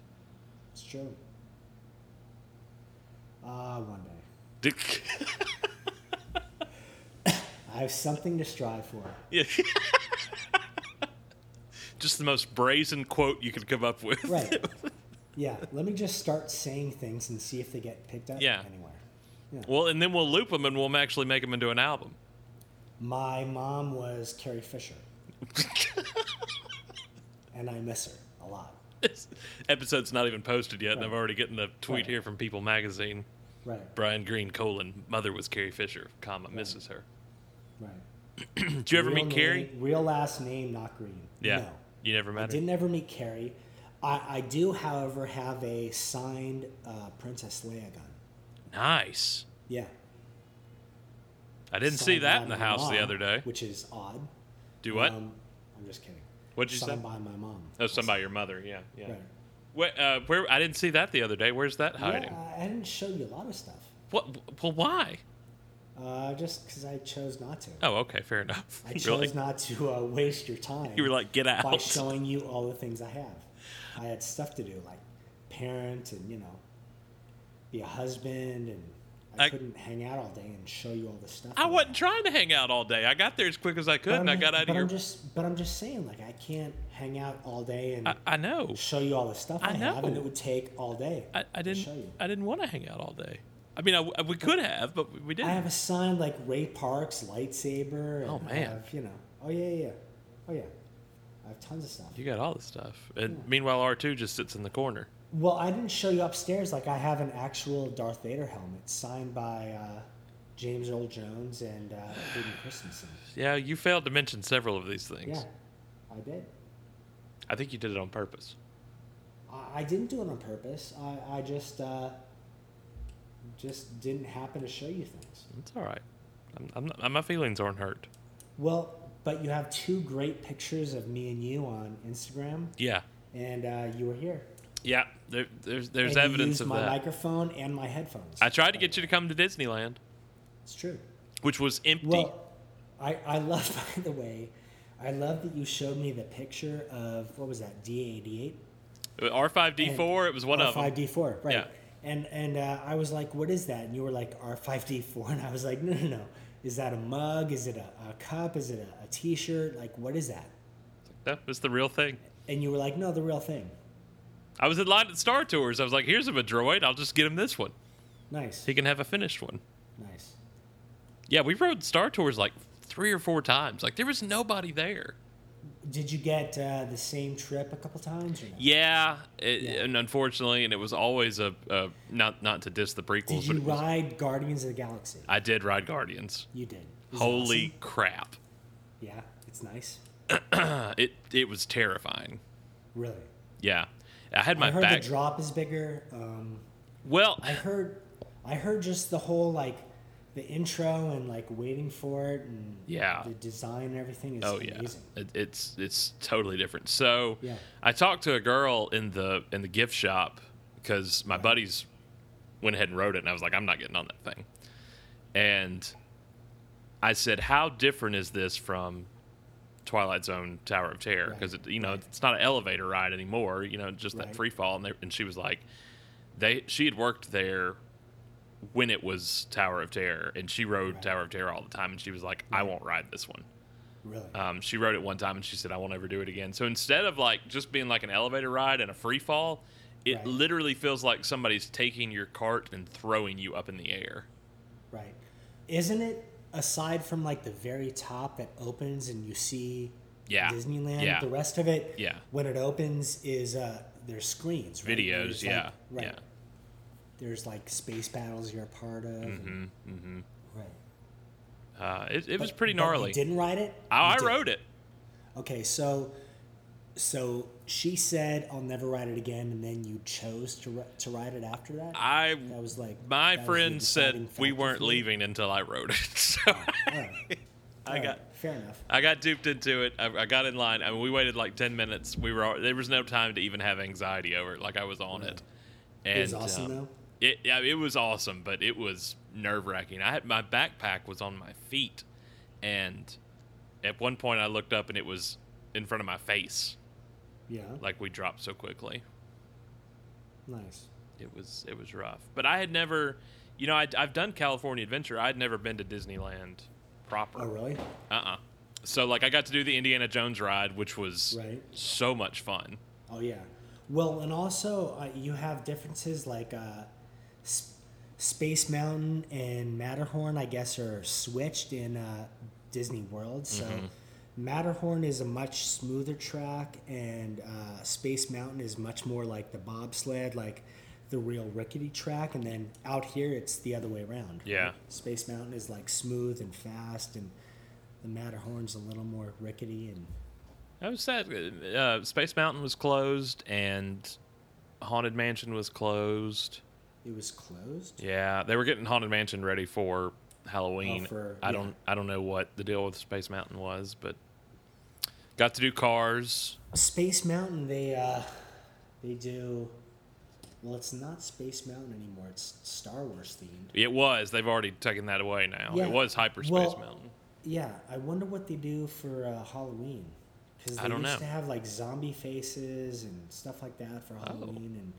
[SPEAKER 2] It's true. Ah, one day.
[SPEAKER 1] Dick-
[SPEAKER 2] I have something to strive for.
[SPEAKER 1] Yeah. Just the most brazen quote you could come up with.
[SPEAKER 2] Right. yeah. Let me just start saying things and see if they get picked up
[SPEAKER 1] Yeah.
[SPEAKER 2] anywhere.
[SPEAKER 1] Well, and then we'll loop them, and we'll actually make them into an album.
[SPEAKER 2] My mom was Carrie Fisher, and I miss her a lot.
[SPEAKER 1] this episode's not even posted yet, and I'm already getting a tweet
[SPEAKER 2] Right.
[SPEAKER 1] here from People Magazine.
[SPEAKER 2] Right.
[SPEAKER 1] Brian Green colon mother was Carrie Fisher, comma misses her.
[SPEAKER 2] Right.
[SPEAKER 1] Did you ever meet Carrie?
[SPEAKER 2] Real last name, not Green.
[SPEAKER 1] Yeah.
[SPEAKER 2] No.
[SPEAKER 1] You never
[SPEAKER 2] I
[SPEAKER 1] met her.
[SPEAKER 2] didn't ever meet Carrie. I, I do, however, have a signed uh, Princess Leia gun.
[SPEAKER 1] Nice.
[SPEAKER 2] Yeah.
[SPEAKER 1] I didn't see
[SPEAKER 2] Signed
[SPEAKER 1] that
[SPEAKER 2] by
[SPEAKER 1] in the
[SPEAKER 2] my
[SPEAKER 1] house the
[SPEAKER 2] mom,
[SPEAKER 1] other day.
[SPEAKER 2] Which is odd.
[SPEAKER 1] Do what?
[SPEAKER 2] Um, I'm just kidding.
[SPEAKER 1] What'd you
[SPEAKER 2] signed
[SPEAKER 1] say?
[SPEAKER 2] by my mom.
[SPEAKER 1] Oh, something about your mother. Yeah, yeah.
[SPEAKER 2] Right.
[SPEAKER 1] Where, uh, where? I didn't see that the other day. Where's that hiding?
[SPEAKER 2] Yeah, I- I didn't show you a lot of stuff.
[SPEAKER 1] What? Well, why?
[SPEAKER 2] Uh, just because I chose not to.
[SPEAKER 1] Oh, okay, fair enough.
[SPEAKER 2] I chose
[SPEAKER 1] really?
[SPEAKER 2] not to uh, waste your time.
[SPEAKER 1] You were like, get
[SPEAKER 2] by
[SPEAKER 1] out.
[SPEAKER 2] showing you all the things I have. I had stuff to do, like parent and you know, be a husband, and I,
[SPEAKER 1] I-
[SPEAKER 2] couldn't hang out all day and show you all the stuff.
[SPEAKER 1] I
[SPEAKER 2] that
[SPEAKER 1] wasn't
[SPEAKER 2] have.
[SPEAKER 1] trying to hang out all day. I got there as quick as I could,
[SPEAKER 2] But
[SPEAKER 1] and I
[SPEAKER 2] I'm-
[SPEAKER 1] got out of
[SPEAKER 2] but I'm
[SPEAKER 1] your.
[SPEAKER 2] just, but I'm just saying, like I can't hang out all day and
[SPEAKER 1] I, I know.
[SPEAKER 2] show you all the stuff
[SPEAKER 1] I
[SPEAKER 2] I, have, and
[SPEAKER 1] know.
[SPEAKER 2] it would take all day.
[SPEAKER 1] I, I didn't.
[SPEAKER 2] show you.
[SPEAKER 1] I didn't want to hang out all day. I mean, I, I- we could have, but we- we
[SPEAKER 2] I
[SPEAKER 1] didn't.
[SPEAKER 2] have a signed like Ray Parks lightsaber. And
[SPEAKER 1] Oh,
[SPEAKER 2] I
[SPEAKER 1] man.
[SPEAKER 2] have, you know. Oh yeah, yeah, yeah. oh yeah. I have tons of stuff.
[SPEAKER 1] You got all this stuff, and meanwhile, R two just sits in the corner.
[SPEAKER 2] Well, I didn't show you upstairs. Like I have an actual Darth Vader helmet signed by uh, James Earl Jones and uh, Hayden Christensen.
[SPEAKER 1] Yeah, you failed to mention several of these things.
[SPEAKER 2] Yeah, I did.
[SPEAKER 1] I think you did it on purpose.
[SPEAKER 2] I, I didn't do it on purpose. I, I just uh, just didn't happen to show you things.
[SPEAKER 1] It's all right. I'm, I'm not, my feelings aren't hurt.
[SPEAKER 2] Well, but you have two great pictures of me and you on Instagram,
[SPEAKER 1] Yeah,
[SPEAKER 2] and uh, you were here.
[SPEAKER 1] yeah. There, there's there's
[SPEAKER 2] And you
[SPEAKER 1] evidence
[SPEAKER 2] used
[SPEAKER 1] of
[SPEAKER 2] my
[SPEAKER 1] that.
[SPEAKER 2] microphone and my headphones.
[SPEAKER 1] I tried to get you to come to Disneyland,
[SPEAKER 2] It's true.
[SPEAKER 1] which was empty.
[SPEAKER 2] Well, I, I love, by the way, I love that you showed me the picture of, what was that, D88?
[SPEAKER 1] Uh, R five D four. It was one of them.
[SPEAKER 2] R5D4, right.
[SPEAKER 1] Yeah.
[SPEAKER 2] And, and uh, I was like, what is that? And you were like, R5D4. And I was like, no, no, no. Is that a mug? Is it a, a cup? Is it a, a t shirt? Like, what is that?
[SPEAKER 1] Yeah, it's the real thing.
[SPEAKER 2] And you were like, no, the real thing.
[SPEAKER 1] I was in line at Star Tours. I was like, "Here's him a droid. I'll just get him this one.
[SPEAKER 2] Nice.
[SPEAKER 1] He can have a finished one."
[SPEAKER 2] Nice.
[SPEAKER 1] Yeah, we rode Star Tours like three or four times. Like there was nobody there.
[SPEAKER 2] Did you get uh, the same trip a couple times? Or no?
[SPEAKER 1] Yeah, it,
[SPEAKER 2] Yeah.
[SPEAKER 1] and unfortunately, and it was always a, a not not to diss the prequels,
[SPEAKER 2] Did
[SPEAKER 1] but
[SPEAKER 2] you
[SPEAKER 1] it was,
[SPEAKER 2] ride Guardians of the Galaxy?
[SPEAKER 1] I did ride Guardians.
[SPEAKER 2] You did. Was it
[SPEAKER 1] Holy
[SPEAKER 2] awesome?
[SPEAKER 1] crap!
[SPEAKER 2] Yeah, it's nice.
[SPEAKER 1] Uh, it it was terrifying.
[SPEAKER 2] Really.
[SPEAKER 1] Yeah, I had
[SPEAKER 2] I
[SPEAKER 1] my
[SPEAKER 2] heard
[SPEAKER 1] back.
[SPEAKER 2] the drop is bigger. Um,
[SPEAKER 1] well,
[SPEAKER 2] I heard, I heard just the whole like, the intro and like waiting for it and
[SPEAKER 1] Yeah.
[SPEAKER 2] the design and everything is
[SPEAKER 1] oh yeah,
[SPEAKER 2] amazing.
[SPEAKER 1] it, it's it's totally different. So
[SPEAKER 2] Yeah.
[SPEAKER 1] I talked to a girl in the in the gift shop because my buddies went ahead and wrote it, and I was like, I'm not getting on that thing. And I said, How different is this from Twilight Zone Tower of Terror?
[SPEAKER 2] Right,
[SPEAKER 1] Because it, you know it's not an elevator ride anymore. You know, just
[SPEAKER 2] Right.
[SPEAKER 1] that free fall. And, they, and she was like, they she had worked there when it was Tower of Terror, and she rode
[SPEAKER 2] Right.
[SPEAKER 1] Tower of Terror all the time. And she was like, I won't ride this one.
[SPEAKER 2] Really.
[SPEAKER 1] Um, she wrote it one time and she said, I won't ever do it again. So instead of like just being like an elevator ride and a free fall, it
[SPEAKER 2] Right.
[SPEAKER 1] literally feels like somebody's taking your cart and throwing you up in the air.
[SPEAKER 2] Right. Isn't it aside from like the very top that opens and you see
[SPEAKER 1] Yeah.
[SPEAKER 2] Disneyland,
[SPEAKER 1] Yeah.
[SPEAKER 2] the rest of it
[SPEAKER 1] Yeah.
[SPEAKER 2] when it opens is uh there's screens, right?
[SPEAKER 1] Videos,
[SPEAKER 2] There's, like-
[SPEAKER 1] yeah,
[SPEAKER 2] right.
[SPEAKER 1] yeah.
[SPEAKER 2] There's like space battles you're a part of. and-
[SPEAKER 1] Mm-hmm,
[SPEAKER 2] Right.
[SPEAKER 1] Uh, it, it was
[SPEAKER 2] But-
[SPEAKER 1] pretty
[SPEAKER 2] but you
[SPEAKER 1] gnarly.
[SPEAKER 2] didn't ride it? You
[SPEAKER 1] I, I
[SPEAKER 2] did.
[SPEAKER 1] rode it.
[SPEAKER 2] Okay, so so she said I'll never ride it again and then you chose to ri- to ride it after that?
[SPEAKER 1] I
[SPEAKER 2] that was like
[SPEAKER 1] my
[SPEAKER 2] that was the
[SPEAKER 1] friend
[SPEAKER 2] deciding
[SPEAKER 1] said we
[SPEAKER 2] factor
[SPEAKER 1] weren't
[SPEAKER 2] for you?
[SPEAKER 1] leaving until I rode it. So
[SPEAKER 2] All right.
[SPEAKER 1] I
[SPEAKER 2] All
[SPEAKER 1] got
[SPEAKER 2] right, fair enough.
[SPEAKER 1] I got duped into it. I, I got in line. I mean, we waited like ten minutes. We were all, there was no time to even have anxiety over it. Like I was on it. And,
[SPEAKER 2] It was awesome
[SPEAKER 1] um,
[SPEAKER 2] though.
[SPEAKER 1] It yeah, it was awesome, but it was nerve wracking. I had my backpack was on my feet, and at one point I looked up and it was in front of my face.
[SPEAKER 2] Yeah.
[SPEAKER 1] Like we dropped so quickly,
[SPEAKER 2] Nice.
[SPEAKER 1] it was it was rough. But I had never, you know, i I've done California Adventure. I'd never been to Disneyland proper.
[SPEAKER 2] Oh, really?
[SPEAKER 1] Uh uh So like I got to do the Indiana Jones ride, which was
[SPEAKER 2] Right.
[SPEAKER 1] so much fun.
[SPEAKER 2] Oh, yeah. Well, and also uh, you have differences like uh, S- Space Mountain and Matterhorn, I guess, are switched in uh, Disney World. So Matterhorn is a much smoother track, and uh, Space Mountain is much more like the bobsled, like the real rickety track. And then out here, it's the other way around.
[SPEAKER 1] Yeah.
[SPEAKER 2] Space Mountain is like smooth and fast, and the Matterhorn's a little more rickety and.
[SPEAKER 1] I was sad. Uh, Space Mountain was closed and Haunted Mansion was closed.
[SPEAKER 2] It was closed.
[SPEAKER 1] Yeah, they were getting Haunted Mansion ready for Halloween.
[SPEAKER 2] Oh, for-
[SPEAKER 1] I
[SPEAKER 2] yeah.
[SPEAKER 1] don't I don't know what the deal with Space Mountain was, but got to do Cars.
[SPEAKER 2] Space Mountain, they uh, they do. Well, it's not Space Mountain anymore. It's Star Wars themed.
[SPEAKER 1] It was. They've already taken that away now.
[SPEAKER 2] Yeah.
[SPEAKER 1] It was Hyperspace
[SPEAKER 2] Well,
[SPEAKER 1] Mountain.
[SPEAKER 2] Yeah, I wonder what they do for uh, Halloween. Because
[SPEAKER 1] I
[SPEAKER 2] they
[SPEAKER 1] don't
[SPEAKER 2] used
[SPEAKER 1] know. Oh.
[SPEAKER 2] to have like zombie faces and stuff like that for Halloween, and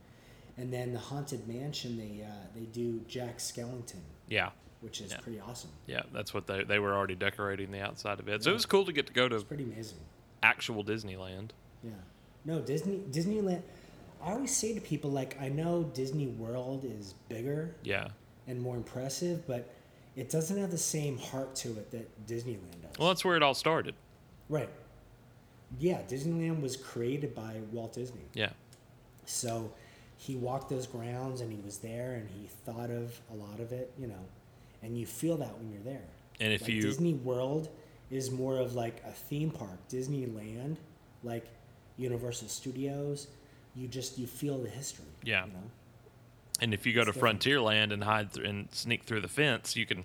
[SPEAKER 2] and then the Haunted Mansion. They uh, they do Jack Skellington,
[SPEAKER 1] Yeah.
[SPEAKER 2] which is
[SPEAKER 1] Yeah.
[SPEAKER 2] pretty awesome.
[SPEAKER 1] Yeah, that's what they they were already decorating the outside of it. So it was cool to get to go to
[SPEAKER 2] It's pretty amazing.
[SPEAKER 1] actual Disneyland.
[SPEAKER 2] Yeah. No, Disney Disneyland. I always say to people like, I know Disney World is bigger
[SPEAKER 1] Yeah.
[SPEAKER 2] and more impressive, but it doesn't have the same heart to it that Disneyland does.
[SPEAKER 1] Well, that's where it all started.
[SPEAKER 2] right. Yeah, Disneyland was created by Walt Disney.
[SPEAKER 1] Yeah.
[SPEAKER 2] So he walked those grounds and he was there and he thought of a lot of it, you know. And you feel that when you're there.
[SPEAKER 1] And if
[SPEAKER 2] Like,
[SPEAKER 1] you
[SPEAKER 2] Disney World is more of like a theme park, Disneyland, like Universal Studios, you just you feel the history.
[SPEAKER 1] Yeah.
[SPEAKER 2] You know?
[SPEAKER 1] and if you go to
[SPEAKER 2] It's different.
[SPEAKER 1] Frontierland and hide th- and sneak through the fence, you can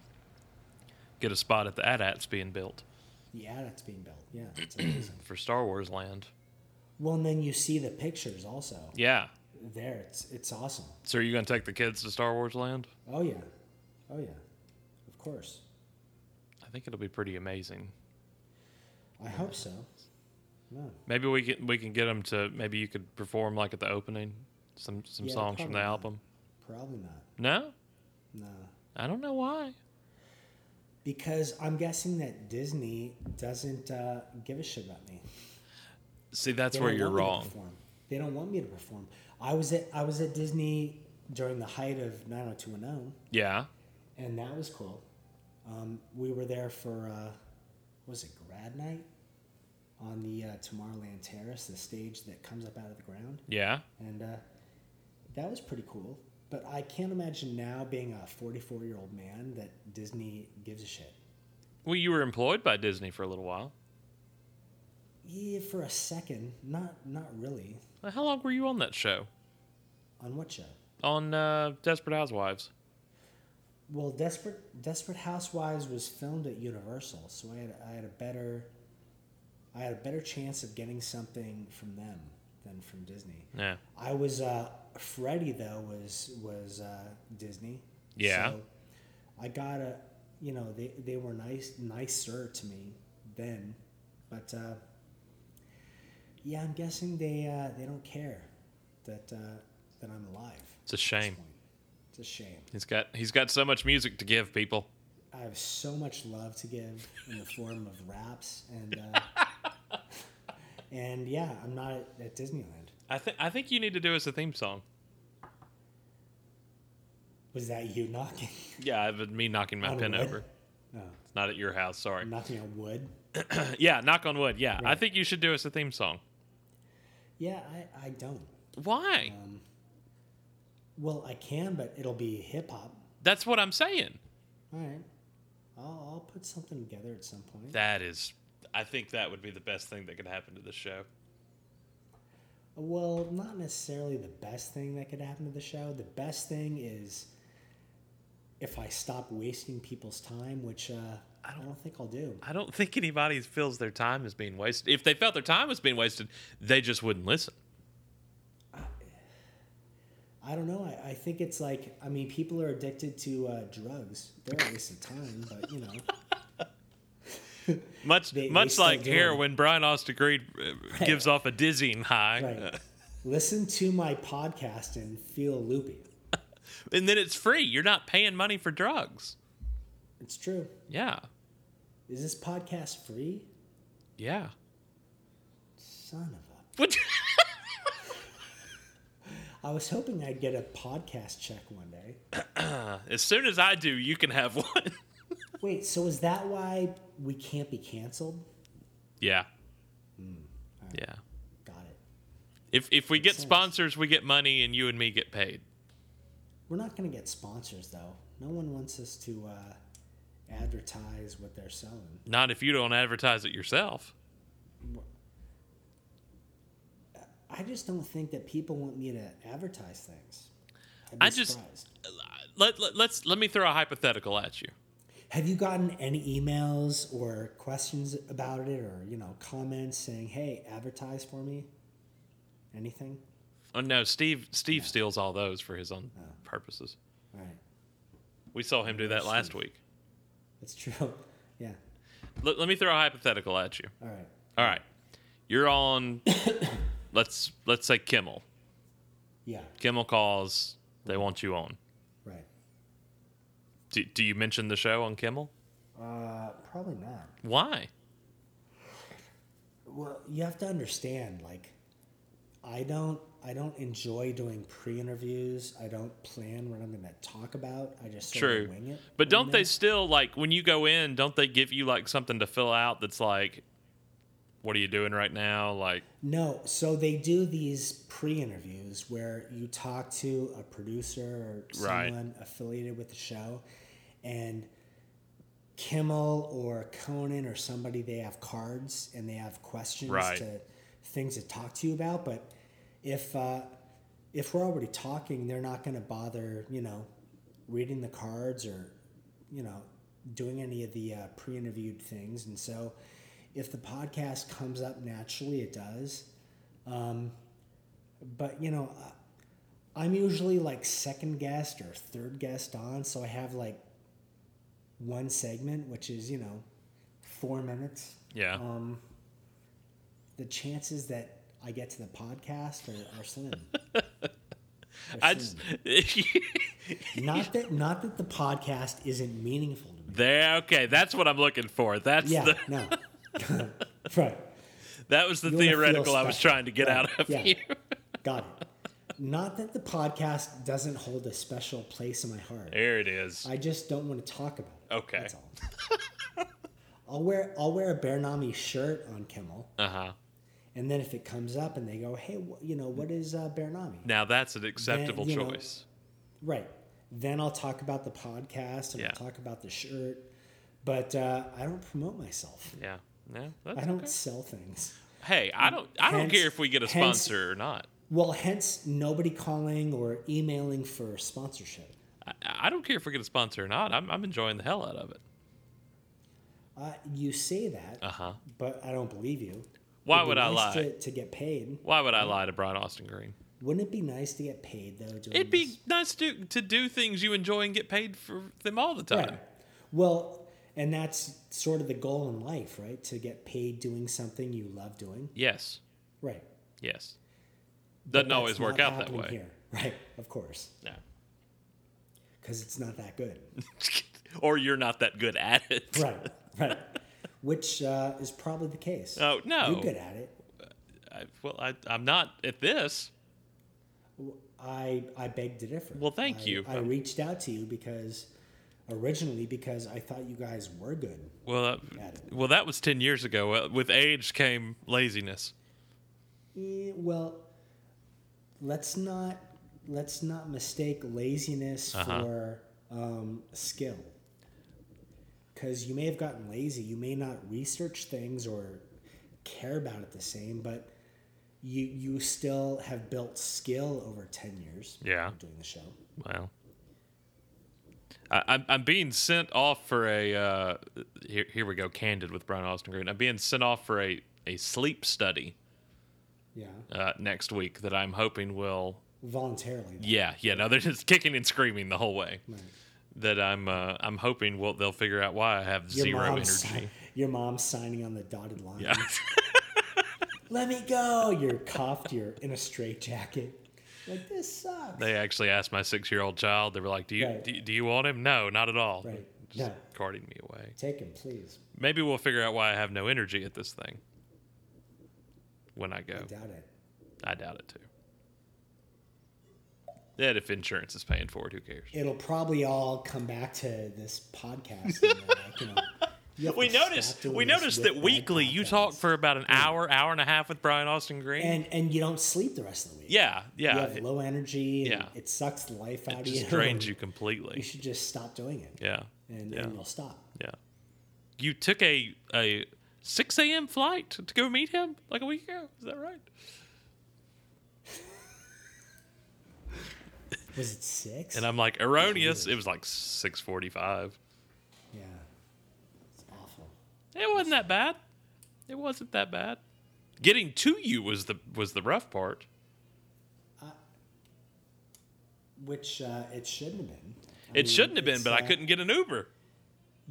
[SPEAKER 1] get a spot at the AT-ATs being built
[SPEAKER 2] Yeah, that's being built. Yeah, it's amazing.
[SPEAKER 1] for Star Wars Land.
[SPEAKER 2] well, and then you see the pictures also.
[SPEAKER 1] Yeah.
[SPEAKER 2] there. It's it's awesome.
[SPEAKER 1] So are you gonna take the kids to Star Wars Land?
[SPEAKER 2] Oh yeah, oh yeah, of course.
[SPEAKER 1] I think it'll be pretty amazing.
[SPEAKER 2] I hope so. No.
[SPEAKER 1] Maybe we can we can get them to maybe you could perform like at the opening some some
[SPEAKER 2] Yeah,
[SPEAKER 1] songs from the
[SPEAKER 2] probably not.
[SPEAKER 1] album.
[SPEAKER 2] Probably not.
[SPEAKER 1] No,
[SPEAKER 2] No,
[SPEAKER 1] I don't know why.
[SPEAKER 2] because I'm guessing that Disney doesn't uh, give a shit about me.
[SPEAKER 1] See, that's
[SPEAKER 2] They
[SPEAKER 1] where
[SPEAKER 2] don't
[SPEAKER 1] you're
[SPEAKER 2] want me to
[SPEAKER 1] wrong.
[SPEAKER 2] perform. They don't want me to perform. I was at I was at oh Disney during the height of 90210,
[SPEAKER 1] Yeah,
[SPEAKER 2] and that was cool. Um, we were there for uh, what was it grad night on the uh, Tomorrowland Terrace, the stage that comes up out of the ground,
[SPEAKER 1] Yeah.
[SPEAKER 2] and uh, that was pretty cool. But I can't imagine now being a 44 year old man that Disney gives a shit.
[SPEAKER 1] Well, you were employed by Disney for a little while.
[SPEAKER 2] Yeah, for a second, not not really.
[SPEAKER 1] Well, How long were you on that show?
[SPEAKER 2] On what show?
[SPEAKER 1] On uh, Desperate Housewives.
[SPEAKER 2] Well, Desperate Desperate Housewives was filmed at Universal, so I had I had a better I had a better chance of getting something from them than from Disney.
[SPEAKER 1] Yeah.
[SPEAKER 2] I was uh, Freddie though was was uh, Disney.
[SPEAKER 1] Yeah.
[SPEAKER 2] So I got a you know they they were nice nicer to me then, but uh, yeah, I'm guessing they uh, they don't care that uh, that I'm alive. at
[SPEAKER 1] It's a
[SPEAKER 2] this
[SPEAKER 1] shame.
[SPEAKER 2] point. It's a shame.
[SPEAKER 1] He's got he's got so much music to give people.
[SPEAKER 2] I have so much love to give in the form of raps and uh, and yeah, I'm not at, at Disneyland.
[SPEAKER 1] I think I think you need to do as a theme song.
[SPEAKER 2] Was that you knocking?
[SPEAKER 1] Yeah, I would me knocking my
[SPEAKER 2] on
[SPEAKER 1] pen
[SPEAKER 2] wood?
[SPEAKER 1] over.
[SPEAKER 2] No,
[SPEAKER 1] It's not at your house, sorry.
[SPEAKER 2] knocking on wood.
[SPEAKER 1] Yeah, knock on wood. Yeah, I
[SPEAKER 2] Right.
[SPEAKER 1] think you should do us a theme song.
[SPEAKER 2] Yeah, I, I don't.
[SPEAKER 1] Why?
[SPEAKER 2] Um, well, I can, but it'll be hip hop.
[SPEAKER 1] That's what I'm saying.
[SPEAKER 2] All right, I'll, I'll put something together at some point.
[SPEAKER 1] That is, I think that would be the best thing that could happen to the show.
[SPEAKER 2] Well, not necessarily the best thing that could happen to the show. The best thing is if I stop wasting people's time, which uh, I, don't, think I'll do.
[SPEAKER 1] I don't think anybody feels their time is being wasted. If they felt their time was being wasted, they just wouldn't listen.
[SPEAKER 2] I don't know. I, I think it's like, I mean, people are addicted to uh, drugs. They're a waste of time, but you know.
[SPEAKER 1] Much
[SPEAKER 2] They- they
[SPEAKER 1] much
[SPEAKER 2] still
[SPEAKER 1] like
[SPEAKER 2] do.
[SPEAKER 1] here when Brian Austin Creed uh, gives off a dizzying high,
[SPEAKER 2] Right.
[SPEAKER 1] uh,
[SPEAKER 2] Listen to my podcast and feel loopy.
[SPEAKER 1] and then it's free. You're not paying money for drugs.
[SPEAKER 2] It's true.
[SPEAKER 1] Yeah,
[SPEAKER 2] Is this podcast free?
[SPEAKER 1] yeah.
[SPEAKER 2] Son of
[SPEAKER 1] What?
[SPEAKER 2] a. I was hoping I'd get a podcast check one day.
[SPEAKER 1] as soon as I do, you can have one.
[SPEAKER 2] Wait, so is that why we can't be canceled?
[SPEAKER 1] yeah, Hmm.
[SPEAKER 2] alright.
[SPEAKER 1] yeah.
[SPEAKER 2] Got it.
[SPEAKER 1] If if we get
[SPEAKER 2] sense.
[SPEAKER 1] sponsors, we get money, and you and me get paid.
[SPEAKER 2] We're not going to get sponsors, though. No one wants us to uh, advertise what they're selling.
[SPEAKER 1] Not if you don't advertise it yourself.
[SPEAKER 2] I just don't think that people want me to advertise things. I'd be
[SPEAKER 1] I just-
[SPEAKER 2] surprised.
[SPEAKER 1] Let, let let's let me throw a hypothetical at you.
[SPEAKER 2] Have you gotten any emails or questions about it or, you know, comments saying, hey, advertise for me? Anything?
[SPEAKER 1] Oh no, Steve Steve steals all those for his own purposes.
[SPEAKER 2] All right.
[SPEAKER 1] We saw him do that last week.
[SPEAKER 2] That's true. yeah.
[SPEAKER 1] Let, let me throw a hypothetical at you.
[SPEAKER 2] All right.
[SPEAKER 1] All right, you're on. let's let's say Kimmel.
[SPEAKER 2] Yeah.
[SPEAKER 1] Kimmel calls. They want you on.
[SPEAKER 2] Right.
[SPEAKER 1] Do, do you mention the show on Kimmel?
[SPEAKER 2] Uh, probably not.
[SPEAKER 1] Why?
[SPEAKER 2] Well, you have to understand, like, I don't, I don't enjoy doing pre-interviews. I don't plan what I'm going to talk about. I just sort
[SPEAKER 1] True.
[SPEAKER 2] of wing it.
[SPEAKER 1] But
[SPEAKER 2] on
[SPEAKER 1] don't they
[SPEAKER 2] there.
[SPEAKER 1] still like when you go in? Don't they give you like something to fill out that's like, what are you doing right now? Like,
[SPEAKER 2] No. So they do these pre-interviews where you talk to a producer or
[SPEAKER 1] Right.
[SPEAKER 2] someone affiliated with the show, and Kimmel or Conan or somebody, they have cards and they have questions
[SPEAKER 1] Right.
[SPEAKER 2] to things to talk to you about. But if uh, if we're already talking, they're not going to bother, you know, reading the cards or you know doing any of the uh, pre-interviewed things. And so, if the podcast comes up naturally, it does. Um, but you know, I- I'm usually like second guest or third guest on, so I have like one segment, which is you know four minutes.
[SPEAKER 1] yeah,
[SPEAKER 2] Um, the chances that I get to the podcast are, are slim. They're
[SPEAKER 1] I just
[SPEAKER 2] slim. not that not that the podcast isn't meaningful to me.
[SPEAKER 1] there. Okay, that's what I'm looking for. That's
[SPEAKER 2] Yeah,
[SPEAKER 1] the
[SPEAKER 2] no, right.
[SPEAKER 1] that was the
[SPEAKER 2] You wanna feel
[SPEAKER 1] theoretical I was
[SPEAKER 2] special.
[SPEAKER 1] trying to get
[SPEAKER 2] Right,
[SPEAKER 1] out of
[SPEAKER 2] yeah.
[SPEAKER 1] you.
[SPEAKER 2] Got it. Not that the podcast doesn't hold a special place in my heart.
[SPEAKER 1] There it is.
[SPEAKER 2] I just don't want to talk about it.
[SPEAKER 1] Okay.
[SPEAKER 2] That's all. I'll wear I'll wear a Bear Nami shirt on Kimmel,
[SPEAKER 1] Uh huh.
[SPEAKER 2] and then if it comes up and they go, hey, wh- you know, what is uh, Bear Nami?
[SPEAKER 1] Now that's an acceptable
[SPEAKER 2] you know,
[SPEAKER 1] choice.
[SPEAKER 2] Right. Then I'll talk about the podcast and
[SPEAKER 1] Yeah.
[SPEAKER 2] I'll talk about the shirt, but uh, I don't promote myself.
[SPEAKER 1] Yeah. Yeah.
[SPEAKER 2] I
[SPEAKER 1] That's
[SPEAKER 2] don't
[SPEAKER 1] okay.
[SPEAKER 2] sell things.
[SPEAKER 1] Hey, I don't. I don't
[SPEAKER 2] Hence-
[SPEAKER 1] care if we get a
[SPEAKER 2] hence-
[SPEAKER 1] sponsor or not.
[SPEAKER 2] Well, hence nobody calling or emailing for sponsorship.
[SPEAKER 1] I, I don't care if we get a sponsor or not. I'm, I'm enjoying the hell out of it.
[SPEAKER 2] Uh, you say that,
[SPEAKER 1] Uh huh.
[SPEAKER 2] but I don't believe you.
[SPEAKER 1] Why
[SPEAKER 2] It'd be
[SPEAKER 1] would I
[SPEAKER 2] nice
[SPEAKER 1] lie?
[SPEAKER 2] To, to get paid.
[SPEAKER 1] Why would I lie to Brian Austin Green?
[SPEAKER 2] Wouldn't it be nice to get paid though? Doing
[SPEAKER 1] It'd be
[SPEAKER 2] this?
[SPEAKER 1] nice to to do things you enjoy and get paid for them all the time.
[SPEAKER 2] Right. Well, and that's sort of the goal in life, right? To get paid doing something you love doing.
[SPEAKER 1] Yes.
[SPEAKER 2] Right.
[SPEAKER 1] Yes. Doesn't
[SPEAKER 2] That's
[SPEAKER 1] always work
[SPEAKER 2] not
[SPEAKER 1] out that
[SPEAKER 2] happening
[SPEAKER 1] way.
[SPEAKER 2] Here. Right. Of course.
[SPEAKER 1] No.
[SPEAKER 2] Because it's not that good.
[SPEAKER 1] or you're not that good at it.
[SPEAKER 2] Right. right. Which uh, is probably the case.
[SPEAKER 1] Oh no.
[SPEAKER 2] You're good at it.
[SPEAKER 1] I, well, I, I'm not at this.
[SPEAKER 2] I I beg to differ.
[SPEAKER 1] Well, thank
[SPEAKER 2] I-
[SPEAKER 1] you.
[SPEAKER 2] I reached out to you because originally because I thought you guys were good.
[SPEAKER 1] Well, uh,
[SPEAKER 2] At it.
[SPEAKER 1] well, that was ten years ago. Uh, With age came laziness.
[SPEAKER 2] Eh, well, let's not let's not mistake laziness
[SPEAKER 1] Uh-huh.
[SPEAKER 2] for um, skill. Because you may have gotten lazy, you may not research things or care about it the same, but you you still have built skill over ten years.
[SPEAKER 1] Yeah.
[SPEAKER 2] of doing the show.
[SPEAKER 1] Well, I, I'm I'm being sent off for a uh, here here we go candid with Brian Austin Green. I'm being sent off for a a sleep study
[SPEAKER 2] Yeah,
[SPEAKER 1] uh, next week that I'm hoping will
[SPEAKER 2] voluntarily. though.
[SPEAKER 1] yeah yeah no they're just kicking and screaming the whole way
[SPEAKER 2] Right.
[SPEAKER 1] that I'm uh, I'm hoping will they'll figure out why I have zero
[SPEAKER 2] mom's
[SPEAKER 1] energy.
[SPEAKER 2] si- your mom's signing on the dotted line.
[SPEAKER 1] Yeah.
[SPEAKER 2] Let me go. You're cuffed. You're in a straitjacket. Like this sucks.
[SPEAKER 1] They actually asked my six year old child. They were like, "Do you
[SPEAKER 2] Right.
[SPEAKER 1] do, do you want him?" No, not at all.
[SPEAKER 2] Right.
[SPEAKER 1] Just
[SPEAKER 2] No.
[SPEAKER 1] carting me away.
[SPEAKER 2] Take him, please.
[SPEAKER 1] Maybe we'll figure out why I have no energy at this thing when I
[SPEAKER 2] I
[SPEAKER 1] go.
[SPEAKER 2] doubt it.
[SPEAKER 1] I doubt it too. That if insurance is paying for it, who cares?
[SPEAKER 2] It'll probably all come back to this podcast. and, uh, like, you know, you have
[SPEAKER 1] We
[SPEAKER 2] to stop
[SPEAKER 1] noticed
[SPEAKER 2] doing
[SPEAKER 1] we
[SPEAKER 2] this
[SPEAKER 1] noticed
[SPEAKER 2] with
[SPEAKER 1] that
[SPEAKER 2] my
[SPEAKER 1] weekly you
[SPEAKER 2] podcast.
[SPEAKER 1] talk for about an hour, hour and a half with Brian Austin Green.
[SPEAKER 2] and and you don't sleep the rest of the week.
[SPEAKER 1] yeah,
[SPEAKER 2] you
[SPEAKER 1] yeah,
[SPEAKER 2] have
[SPEAKER 1] it
[SPEAKER 2] low energy. And
[SPEAKER 1] yeah.
[SPEAKER 2] it sucks the life out of you.
[SPEAKER 1] just drains you
[SPEAKER 2] You
[SPEAKER 1] completely.
[SPEAKER 2] should just stop doing it,
[SPEAKER 1] Yeah,
[SPEAKER 2] and,
[SPEAKER 1] yeah,
[SPEAKER 2] and you'll stop.
[SPEAKER 1] yeah. You took a a six a.m. flight to go meet him like a week ago. Is that right?
[SPEAKER 2] Was it six?
[SPEAKER 1] And I'm like erroneous. It was like six forty-five.
[SPEAKER 2] yeah, it's awful.
[SPEAKER 1] It wasn't that bad. It wasn't that bad. Getting to you was the was the rough part.
[SPEAKER 2] Which uh, it shouldn't have been. I
[SPEAKER 1] It
[SPEAKER 2] mean,
[SPEAKER 1] shouldn't have been,
[SPEAKER 2] it's,
[SPEAKER 1] but I
[SPEAKER 2] uh,
[SPEAKER 1] couldn't get an Uber.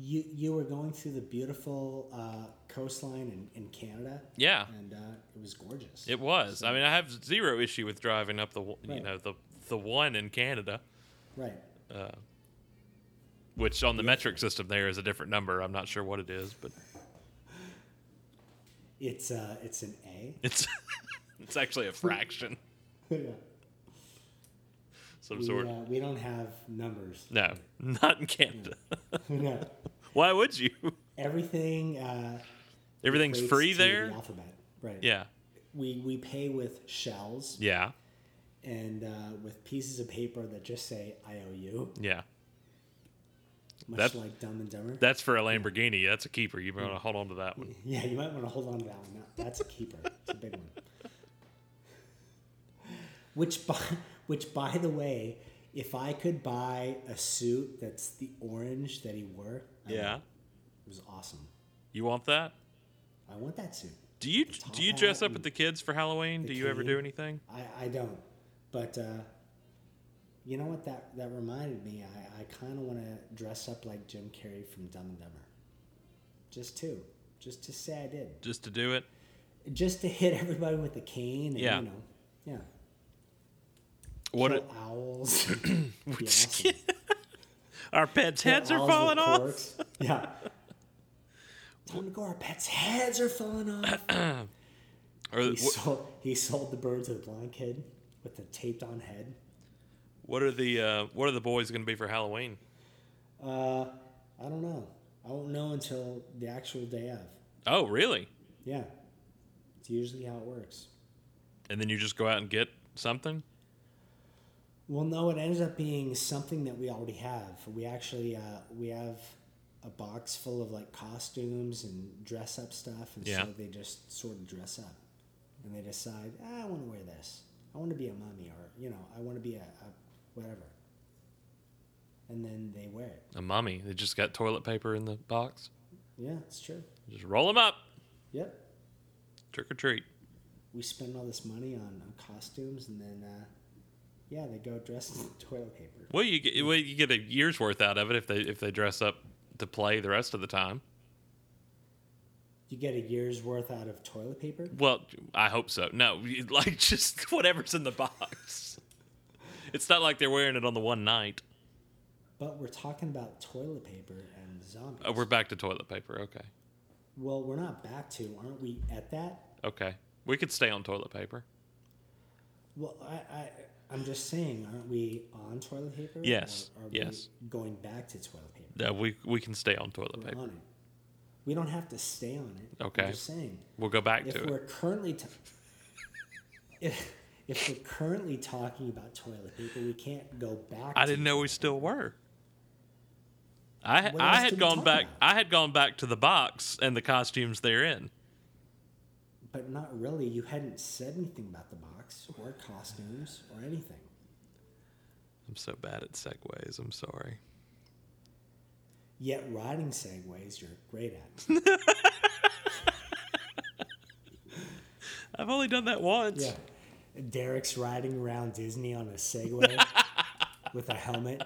[SPEAKER 2] You you were going through the beautiful uh, coastline in, in Canada,
[SPEAKER 1] Yeah,
[SPEAKER 2] and uh, it was gorgeous.
[SPEAKER 1] it was. I mean, I have zero issue with driving up the w- you
[SPEAKER 2] Right.
[SPEAKER 1] know the the one in Canada,
[SPEAKER 2] right.
[SPEAKER 1] which on the metric system there is a different number. I'm not sure what it is, but
[SPEAKER 2] It's uh, it's an A.
[SPEAKER 1] it's it's actually a fraction
[SPEAKER 2] Yeah.
[SPEAKER 1] of some
[SPEAKER 2] we,
[SPEAKER 1] sort.
[SPEAKER 2] uh, we don't have numbers.
[SPEAKER 1] No, not in Canada.
[SPEAKER 2] no.
[SPEAKER 1] Why would you?
[SPEAKER 2] Everything. Uh,
[SPEAKER 1] Everything's
[SPEAKER 2] equates
[SPEAKER 1] free
[SPEAKER 2] to
[SPEAKER 1] there.
[SPEAKER 2] The alphabet. Right.
[SPEAKER 1] Yeah,
[SPEAKER 2] We we pay with shells
[SPEAKER 1] yeah,
[SPEAKER 2] and uh, with pieces of paper that just say "I owe you,"
[SPEAKER 1] yeah.
[SPEAKER 2] much
[SPEAKER 1] That-
[SPEAKER 2] like Dumb and Dumber.
[SPEAKER 1] That's for a Lamborghini. That's a keeper. You
[SPEAKER 2] Mm.
[SPEAKER 1] want to hold on to that one.
[SPEAKER 2] yeah, you might want to hold on to that one. That- That's a keeper. it's a big one. Which by which by the way, if I could buy a suit that's the orange that he wore, I would.
[SPEAKER 1] Yeah.
[SPEAKER 2] it was awesome.
[SPEAKER 1] You want that?
[SPEAKER 2] I want that suit.
[SPEAKER 1] Do you
[SPEAKER 2] top
[SPEAKER 1] do you dress
[SPEAKER 2] hat
[SPEAKER 1] up with the kids for Halloween? Do you ever do
[SPEAKER 2] cane.
[SPEAKER 1] anything?
[SPEAKER 2] I, I don't. But uh, you know what? That that reminded me. I, I kind of want to dress up like Jim Carrey from Dumb and Dumber. Just to, just to say I did.
[SPEAKER 1] Just to do it?
[SPEAKER 2] Just to hit everybody with a cane. And,
[SPEAKER 1] Yeah.
[SPEAKER 2] You know, yeah.
[SPEAKER 1] What
[SPEAKER 2] Kill owls. Be awesome.
[SPEAKER 1] our pets'
[SPEAKER 2] Kill
[SPEAKER 1] heads are
[SPEAKER 2] owls with
[SPEAKER 1] falling off.
[SPEAKER 2] corks. Yeah. Time to go. Our pets' heads are falling off.
[SPEAKER 1] Or
[SPEAKER 2] He
[SPEAKER 1] wh-
[SPEAKER 2] sold, he sold the bird to the blind kid with the taped on head.
[SPEAKER 1] what are the uh, what are the boys going to be for Halloween?
[SPEAKER 2] Uh, I don't know. I won't know until the actual day of.
[SPEAKER 1] Oh, really?
[SPEAKER 2] Yeah. It's usually how it works.
[SPEAKER 1] And then you just go out and get something?
[SPEAKER 2] Well, no, it ends up being something that we already have. We actually uh, we have a box full of like costumes and dress up stuff, and
[SPEAKER 1] Yeah.
[SPEAKER 2] so they just sort of dress up, and they decide, ah, I want to wear this. I want to be a mummy, or you know, I want to be a, a whatever. And then they wear it.
[SPEAKER 1] A mummy. They just got toilet paper in the box.
[SPEAKER 2] Yeah, it's true.
[SPEAKER 1] Just roll them up.
[SPEAKER 2] Yep.
[SPEAKER 1] Trick or treat.
[SPEAKER 2] We spend all this money on, on costumes, and then uh, yeah, they go dressed in toilet paper.
[SPEAKER 1] Well, you get well, you get a year's worth out of it if they if they dress up to play the rest of the time.
[SPEAKER 2] You get a year's worth out of toilet paper.
[SPEAKER 1] Well, I hope so. No, you- like just whatever's in the box. It's not like they're wearing it on the one night.
[SPEAKER 2] But we're talking about toilet paper and zombies.
[SPEAKER 1] Oh, we're back to toilet paper. Okay,
[SPEAKER 2] well, we're not back to, aren't we, at that?
[SPEAKER 1] okay, we could stay on toilet paper.
[SPEAKER 2] Well, I, I, I'm just saying, aren't we on toilet paper?
[SPEAKER 1] Yes,
[SPEAKER 2] Or are
[SPEAKER 1] yes.
[SPEAKER 2] We going back to toilet paper.
[SPEAKER 1] Yeah, we we can stay on toilet
[SPEAKER 2] We're
[SPEAKER 1] paper.
[SPEAKER 2] on it. We don't have to stay on it.
[SPEAKER 1] Okay.
[SPEAKER 2] I'm just saying,
[SPEAKER 1] We'll go back
[SPEAKER 2] if
[SPEAKER 1] to
[SPEAKER 2] we're
[SPEAKER 1] it.
[SPEAKER 2] currently, t- if, if we're currently talking about toilet paper, we can't go back.
[SPEAKER 1] I
[SPEAKER 2] to
[SPEAKER 1] didn't know we still were. I
[SPEAKER 2] What
[SPEAKER 1] I
[SPEAKER 2] else
[SPEAKER 1] had
[SPEAKER 2] did we
[SPEAKER 1] gone
[SPEAKER 2] talk
[SPEAKER 1] back.
[SPEAKER 2] about?
[SPEAKER 1] I had gone back to the box and the costumes therein.
[SPEAKER 2] But not really. You hadn't said anything about the box or costumes or anything.
[SPEAKER 1] I'm so bad at segues. I'm sorry.
[SPEAKER 2] Yet riding segways, you're great at.
[SPEAKER 1] I've only done that once.
[SPEAKER 2] Yeah. Derek's riding around Disney on a Segway with a helmet.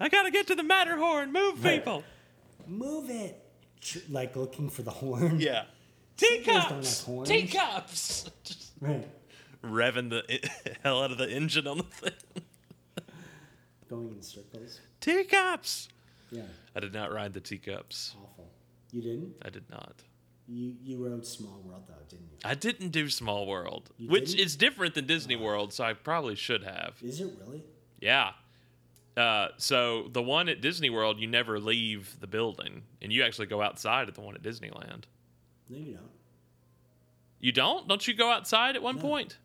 [SPEAKER 1] I gotta get to the Matterhorn. Move
[SPEAKER 2] Right.
[SPEAKER 1] people.
[SPEAKER 2] Move it! Tr- Like looking for the horn.
[SPEAKER 1] Yeah.
[SPEAKER 2] Sometimes don't have
[SPEAKER 1] Teacups.
[SPEAKER 2] horns.
[SPEAKER 1] Teacups. Just
[SPEAKER 2] Right.
[SPEAKER 1] revving the hell out of the engine on the thing.
[SPEAKER 2] Going in circles.
[SPEAKER 1] Teacups.
[SPEAKER 2] Yeah.
[SPEAKER 1] I did not ride the teacups.
[SPEAKER 2] Awful. You didn't?
[SPEAKER 1] I did not.
[SPEAKER 2] You you rode Small World though, didn't you?
[SPEAKER 1] I didn't do Small World,
[SPEAKER 2] You
[SPEAKER 1] which
[SPEAKER 2] didn't?
[SPEAKER 1] is different than Disney World, so I probably should have.
[SPEAKER 2] Is it really?
[SPEAKER 1] Yeah. Uh, so the one at Disney World, you never leave the building, and you actually go outside at the one at Disneyland.
[SPEAKER 2] No, you don't.
[SPEAKER 1] You don't? Don't you go outside at one
[SPEAKER 2] No.
[SPEAKER 1] point?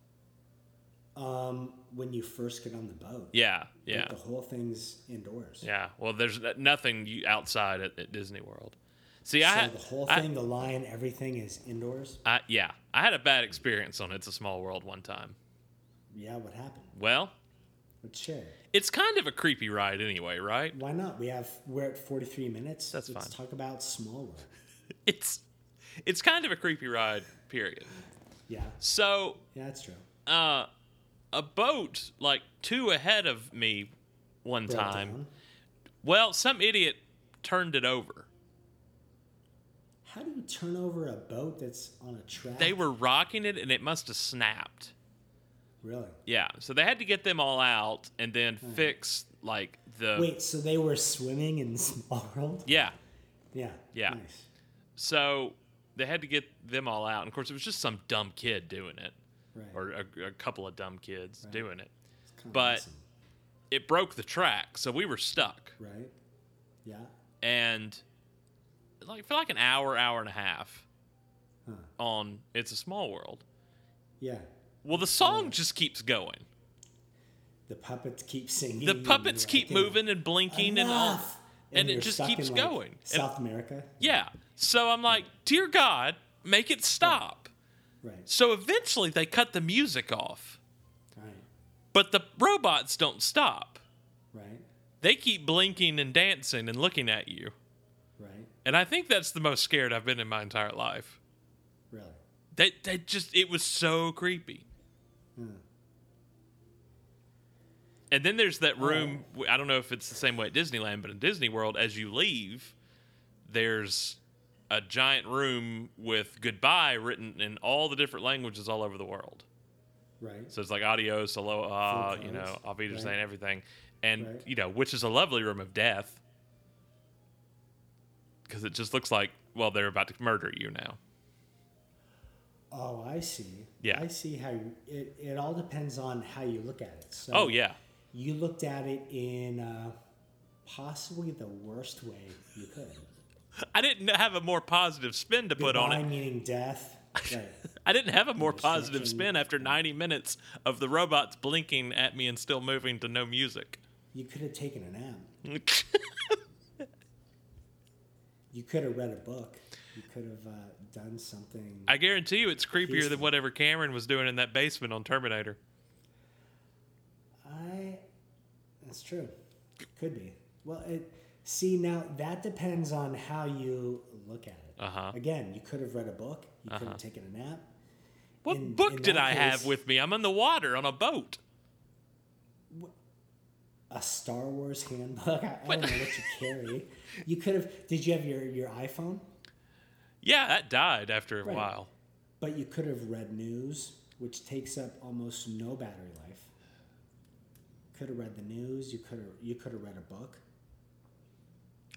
[SPEAKER 2] Um, when you first get on the boat.
[SPEAKER 1] Yeah,
[SPEAKER 2] Like,
[SPEAKER 1] yeah,
[SPEAKER 2] The whole thing's indoors.
[SPEAKER 1] yeah. Well, there's n- nothing you outside at, at Disney World. See, I,
[SPEAKER 2] So
[SPEAKER 1] had-
[SPEAKER 2] the whole
[SPEAKER 1] I-
[SPEAKER 2] thing, the lion, everything is indoors.
[SPEAKER 1] I, yeah, I had a bad experience on It's a Small World one time.
[SPEAKER 2] Yeah, what happened?
[SPEAKER 1] Well,
[SPEAKER 2] Let's share. it.
[SPEAKER 1] it's kind of a creepy ride anyway, right?
[SPEAKER 2] Why not? We have we're at forty three minutes.
[SPEAKER 1] That's
[SPEAKER 2] Let's
[SPEAKER 1] fine.
[SPEAKER 2] talk about Small World.
[SPEAKER 1] It's it's kind of a creepy ride, period.
[SPEAKER 2] Yeah.
[SPEAKER 1] So
[SPEAKER 2] Yeah, that's true.
[SPEAKER 1] uh, a boat like two ahead of me one
[SPEAKER 2] Broke
[SPEAKER 1] time.
[SPEAKER 2] down.
[SPEAKER 1] Well, some idiot turned it over.
[SPEAKER 2] How do you turn over a boat that's on a track?
[SPEAKER 1] They were rocking it, and it must have snapped.
[SPEAKER 2] really.
[SPEAKER 1] Yeah, so they had to get them all out and then fix like the
[SPEAKER 2] Hmm. Wait, so they were swimming in Small World?
[SPEAKER 1] yeah.
[SPEAKER 2] Yeah.
[SPEAKER 1] Yeah.
[SPEAKER 2] Nice.
[SPEAKER 1] So they had to get them all out. And of course, it was just some dumb kid doing it,
[SPEAKER 2] Right.
[SPEAKER 1] or a, a couple of dumb kids doing it.
[SPEAKER 2] It's kinda
[SPEAKER 1] but-
[SPEAKER 2] awesome,
[SPEAKER 1] It broke the track, so we were stuck,
[SPEAKER 2] right. Yeah.
[SPEAKER 1] and like for like an hour, hour and a half
[SPEAKER 2] Huh.
[SPEAKER 1] on "It's a Small World."
[SPEAKER 2] Yeah.
[SPEAKER 1] Well, the song just keeps going.
[SPEAKER 2] The puppets keep singing.
[SPEAKER 1] The
[SPEAKER 2] and
[SPEAKER 1] puppets
[SPEAKER 2] you're
[SPEAKER 1] keep
[SPEAKER 2] like, "Enough!"
[SPEAKER 1] moving and blinking and all. and it
[SPEAKER 2] you're
[SPEAKER 1] just
[SPEAKER 2] stuck
[SPEAKER 1] keeps
[SPEAKER 2] in,
[SPEAKER 1] going. And-
[SPEAKER 2] South America.
[SPEAKER 1] Yeah. So I'm like, dear God, make it stop.
[SPEAKER 2] Right.
[SPEAKER 1] So eventually they cut the music off,
[SPEAKER 2] All right.
[SPEAKER 1] but the robots don't stop.
[SPEAKER 2] Right.
[SPEAKER 1] They keep blinking and dancing and looking at you.
[SPEAKER 2] Right.
[SPEAKER 1] And I think that's the most scared I've been in my entire life.
[SPEAKER 2] Really.
[SPEAKER 1] They, they just, it was so creepy.
[SPEAKER 2] Hmm.
[SPEAKER 1] And then there's that room. w- I don't know if it's the same way at Disneyland, but in Disney World, as you leave, there's a giant room with goodbye written in all the different languages all over the world.
[SPEAKER 2] Right.
[SPEAKER 1] So it's like adios, aloha,
[SPEAKER 2] Full
[SPEAKER 1] you
[SPEAKER 2] colours,
[SPEAKER 1] know, auf Wiedersehen,
[SPEAKER 2] right.
[SPEAKER 1] everything. And,
[SPEAKER 2] Right.
[SPEAKER 1] you know, which is a lovely room of death because it just looks like, well, they're about to murder you now.
[SPEAKER 2] Oh, I see.
[SPEAKER 1] Yeah.
[SPEAKER 2] I see how you, it, it all depends on how you look at it. So
[SPEAKER 1] Oh, yeah.
[SPEAKER 2] You looked at it in uh, possibly the worst way you could.
[SPEAKER 1] I didn't have a more positive spin to put on
[SPEAKER 2] Goodbye
[SPEAKER 1] it.
[SPEAKER 2] meaning death. Right.
[SPEAKER 1] I didn't have a more positive
[SPEAKER 2] Destruction.
[SPEAKER 1] spin after 90 minutes of the robots blinking at me and still moving to no music.
[SPEAKER 2] you could have taken a nap. You could have read a book. You could have uh, done something.
[SPEAKER 1] I guarantee you it's creepier
[SPEAKER 2] Peaceful.
[SPEAKER 1] than whatever Cameron was doing in that basement on Terminator.
[SPEAKER 2] I. That's true. Could be. Well, it. See now that depends on how you look at it.
[SPEAKER 1] Uh-huh.
[SPEAKER 2] Again, you could have read a book. You could have taken a nap.
[SPEAKER 1] What
[SPEAKER 2] In-
[SPEAKER 1] book
[SPEAKER 2] in
[SPEAKER 1] did
[SPEAKER 2] that
[SPEAKER 1] I have
[SPEAKER 2] case-
[SPEAKER 1] with me? I'm on the water on a boat.
[SPEAKER 2] A Star Wars handbook. I, I don't know what you carry. You could have. Did you have your your iPhone?
[SPEAKER 1] Yeah, that died after a
[SPEAKER 2] Right.
[SPEAKER 1] while.
[SPEAKER 2] But you could have read news, which takes up almost no battery life. Could have read the news. You could have you could have read a book.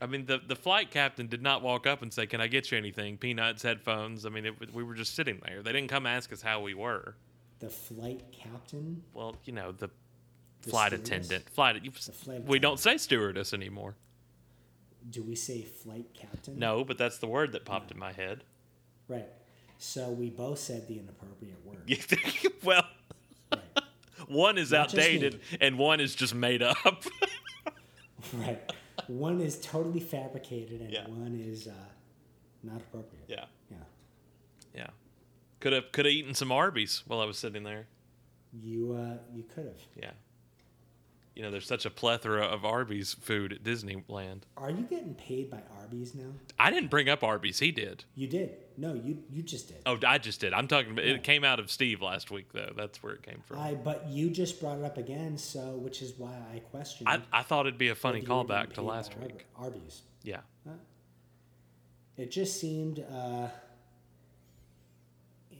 [SPEAKER 1] I mean, the, the flight captain did not walk up and say, Can I get you anything? Peanuts, headphones. I mean, it, we were just sitting there. They didn't come ask us how we were.
[SPEAKER 2] The flight captain.
[SPEAKER 1] Well, you know, the, flight
[SPEAKER 2] stewardess?
[SPEAKER 1] attendant. Flight, you,
[SPEAKER 2] flight
[SPEAKER 1] we don't say stewardess anymore.
[SPEAKER 2] Do we say flight captain?
[SPEAKER 1] No, but that's the word that popped in my head.
[SPEAKER 2] Right. So we both said the inappropriate word.
[SPEAKER 1] well,
[SPEAKER 2] Right.
[SPEAKER 1] one is
[SPEAKER 2] Not just me.
[SPEAKER 1] outdated and one is just made up.
[SPEAKER 2] right. One is totally fabricated and
[SPEAKER 1] Yeah.
[SPEAKER 2] one is uh, not appropriate.
[SPEAKER 1] yeah.
[SPEAKER 2] Yeah.
[SPEAKER 1] Yeah. Could have could have eaten some Arby's while I was sitting there.
[SPEAKER 2] You uh, you could have.
[SPEAKER 1] Yeah. You know, there's such a plethora of Arby's food at Disneyland.
[SPEAKER 2] Are you getting paid by Arby's now?
[SPEAKER 1] I didn't bring up Arby's, he did.
[SPEAKER 2] You did. No, you you just did.
[SPEAKER 1] Oh, I just did. I'm talking about it came out of Steve last week though. That's where it came from. I
[SPEAKER 2] I but you just brought it up again, so which is why I questioned.
[SPEAKER 1] I, thought it'd be a
[SPEAKER 2] whether
[SPEAKER 1] funny
[SPEAKER 2] you were getting
[SPEAKER 1] callback
[SPEAKER 2] paid
[SPEAKER 1] to
[SPEAKER 2] by
[SPEAKER 1] last
[SPEAKER 2] Arby-
[SPEAKER 1] week.
[SPEAKER 2] Arby's.
[SPEAKER 1] Yeah.
[SPEAKER 2] It just seemed uh,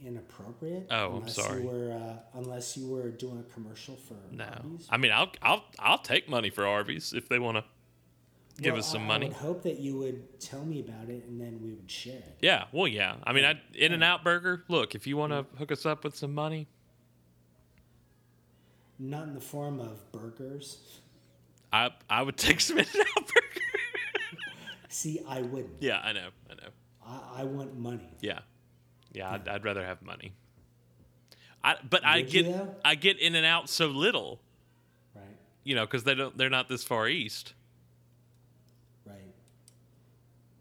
[SPEAKER 2] inappropriate.
[SPEAKER 1] Oh, I'm
[SPEAKER 2] unless
[SPEAKER 1] sorry.
[SPEAKER 2] You were, uh, unless you were doing a commercial for
[SPEAKER 1] No.
[SPEAKER 2] Arby's.
[SPEAKER 1] I mean, I'll I'll I'll take money for Arby's if they want to give
[SPEAKER 2] Well,
[SPEAKER 1] us some
[SPEAKER 2] I- I
[SPEAKER 1] money.
[SPEAKER 2] would hope that you would tell me about it and then we would share it.
[SPEAKER 1] Yeah, well, yeah. I mean, I In and Out Burger. Look, if you want to hook us up with some money,
[SPEAKER 2] Not in the form of burgers.
[SPEAKER 1] I I would take some In and Out Burger.
[SPEAKER 2] See, I wouldn't.
[SPEAKER 1] yeah, I know, I know.
[SPEAKER 2] I, I want money.
[SPEAKER 1] Yeah, yeah. I'd, I'd rather have money. I but I
[SPEAKER 2] Would you
[SPEAKER 1] get
[SPEAKER 2] though?
[SPEAKER 1] I get In and Out so little,
[SPEAKER 2] Right.
[SPEAKER 1] you know, because they don't they're not this far east.
[SPEAKER 2] Right.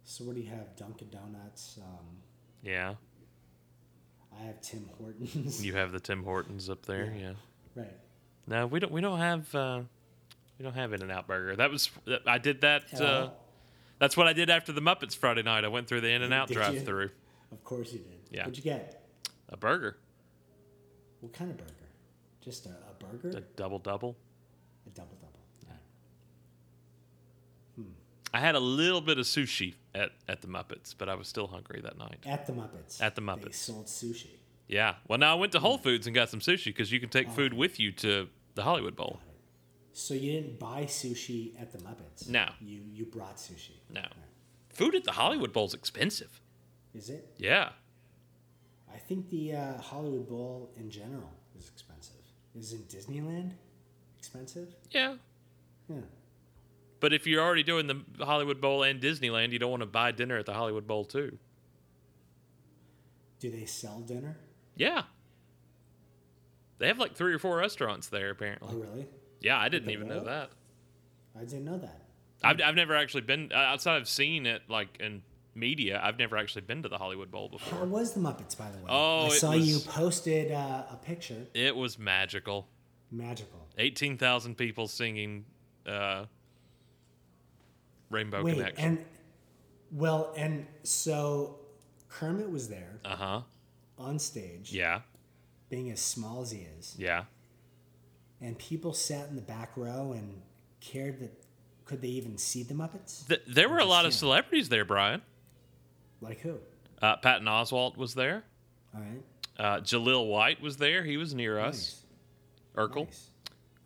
[SPEAKER 2] So what do you have? Dunkin' Donuts. Um,
[SPEAKER 1] Yeah,
[SPEAKER 2] I have Tim Hortons.
[SPEAKER 1] you have the Tim Hortons up there. Yeah.
[SPEAKER 2] right.
[SPEAKER 1] No, we don't. We don't have. Uh, we don't have In and Out Burger. That was I did that.
[SPEAKER 2] At
[SPEAKER 1] Uh,
[SPEAKER 2] all.
[SPEAKER 1] that's what I did after the Muppets Friday night. I went through the In and Out
[SPEAKER 2] Did you?
[SPEAKER 1] drive through.
[SPEAKER 2] Of course you did.
[SPEAKER 1] Yeah.
[SPEAKER 2] What'd you get?
[SPEAKER 1] A burger,
[SPEAKER 2] What kind of burger? Just a, a
[SPEAKER 1] a
[SPEAKER 2] burger?
[SPEAKER 1] double double.
[SPEAKER 2] A double double.
[SPEAKER 1] I had a little bit of sushi at, at the Muppets, but I was still hungry that night.
[SPEAKER 2] At the Muppets.
[SPEAKER 1] At the
[SPEAKER 2] They
[SPEAKER 1] Muppets.
[SPEAKER 2] sold sushi.
[SPEAKER 1] Yeah. Well, now I went to Whole Foods and got some sushi because you can take food with you to the Hollywood Bowl.
[SPEAKER 2] So you didn't buy sushi at the Muppets.
[SPEAKER 1] No.
[SPEAKER 2] You you brought sushi.
[SPEAKER 1] No. Food at the Hollywood Bowl is expensive.
[SPEAKER 2] Is it?
[SPEAKER 1] Yeah.
[SPEAKER 2] I think the uh, Hollywood Bowl in general is expensive. Isn't Disneyland expensive?
[SPEAKER 1] Yeah.
[SPEAKER 2] Yeah.
[SPEAKER 1] But if you're already doing the Hollywood Bowl and Disneyland, you don't want to buy dinner at the Hollywood Bowl too.
[SPEAKER 2] Do they sell dinner?
[SPEAKER 1] Yeah. They have like three or four restaurants there,
[SPEAKER 2] Oh,
[SPEAKER 1] apparently.
[SPEAKER 2] really?
[SPEAKER 1] Yeah, I didn't
[SPEAKER 2] the
[SPEAKER 1] even know
[SPEAKER 2] Bowl?
[SPEAKER 1] that.
[SPEAKER 2] I didn't know that.
[SPEAKER 1] I've, I've never actually been uh, outside of seeing it like in media. I've never actually been to the Hollywood Bowl before.
[SPEAKER 2] How was the Muppets, by the way?
[SPEAKER 1] Oh,
[SPEAKER 2] I
[SPEAKER 1] it
[SPEAKER 2] saw
[SPEAKER 1] was-
[SPEAKER 2] you posted uh, a picture.
[SPEAKER 1] It was magical.
[SPEAKER 2] Magical.
[SPEAKER 1] Eighteen thousand people singing uh, "Rainbow
[SPEAKER 2] Wait,
[SPEAKER 1] Connection."
[SPEAKER 2] and well, and so Kermit was there
[SPEAKER 1] uh huh.
[SPEAKER 2] on stage,
[SPEAKER 1] Yeah.
[SPEAKER 2] being as small as he is,
[SPEAKER 1] Yeah.
[SPEAKER 2] and people sat in the back row and cared that could they even see the Muppets?
[SPEAKER 1] Th- there were a lot of
[SPEAKER 2] Interesting.
[SPEAKER 1] celebrities there, Brian.
[SPEAKER 2] like who?
[SPEAKER 1] Uh, Patton Oswalt was there.
[SPEAKER 2] All right,
[SPEAKER 1] Uh, Jalil White was there. He was near us. Urkel.
[SPEAKER 2] nice.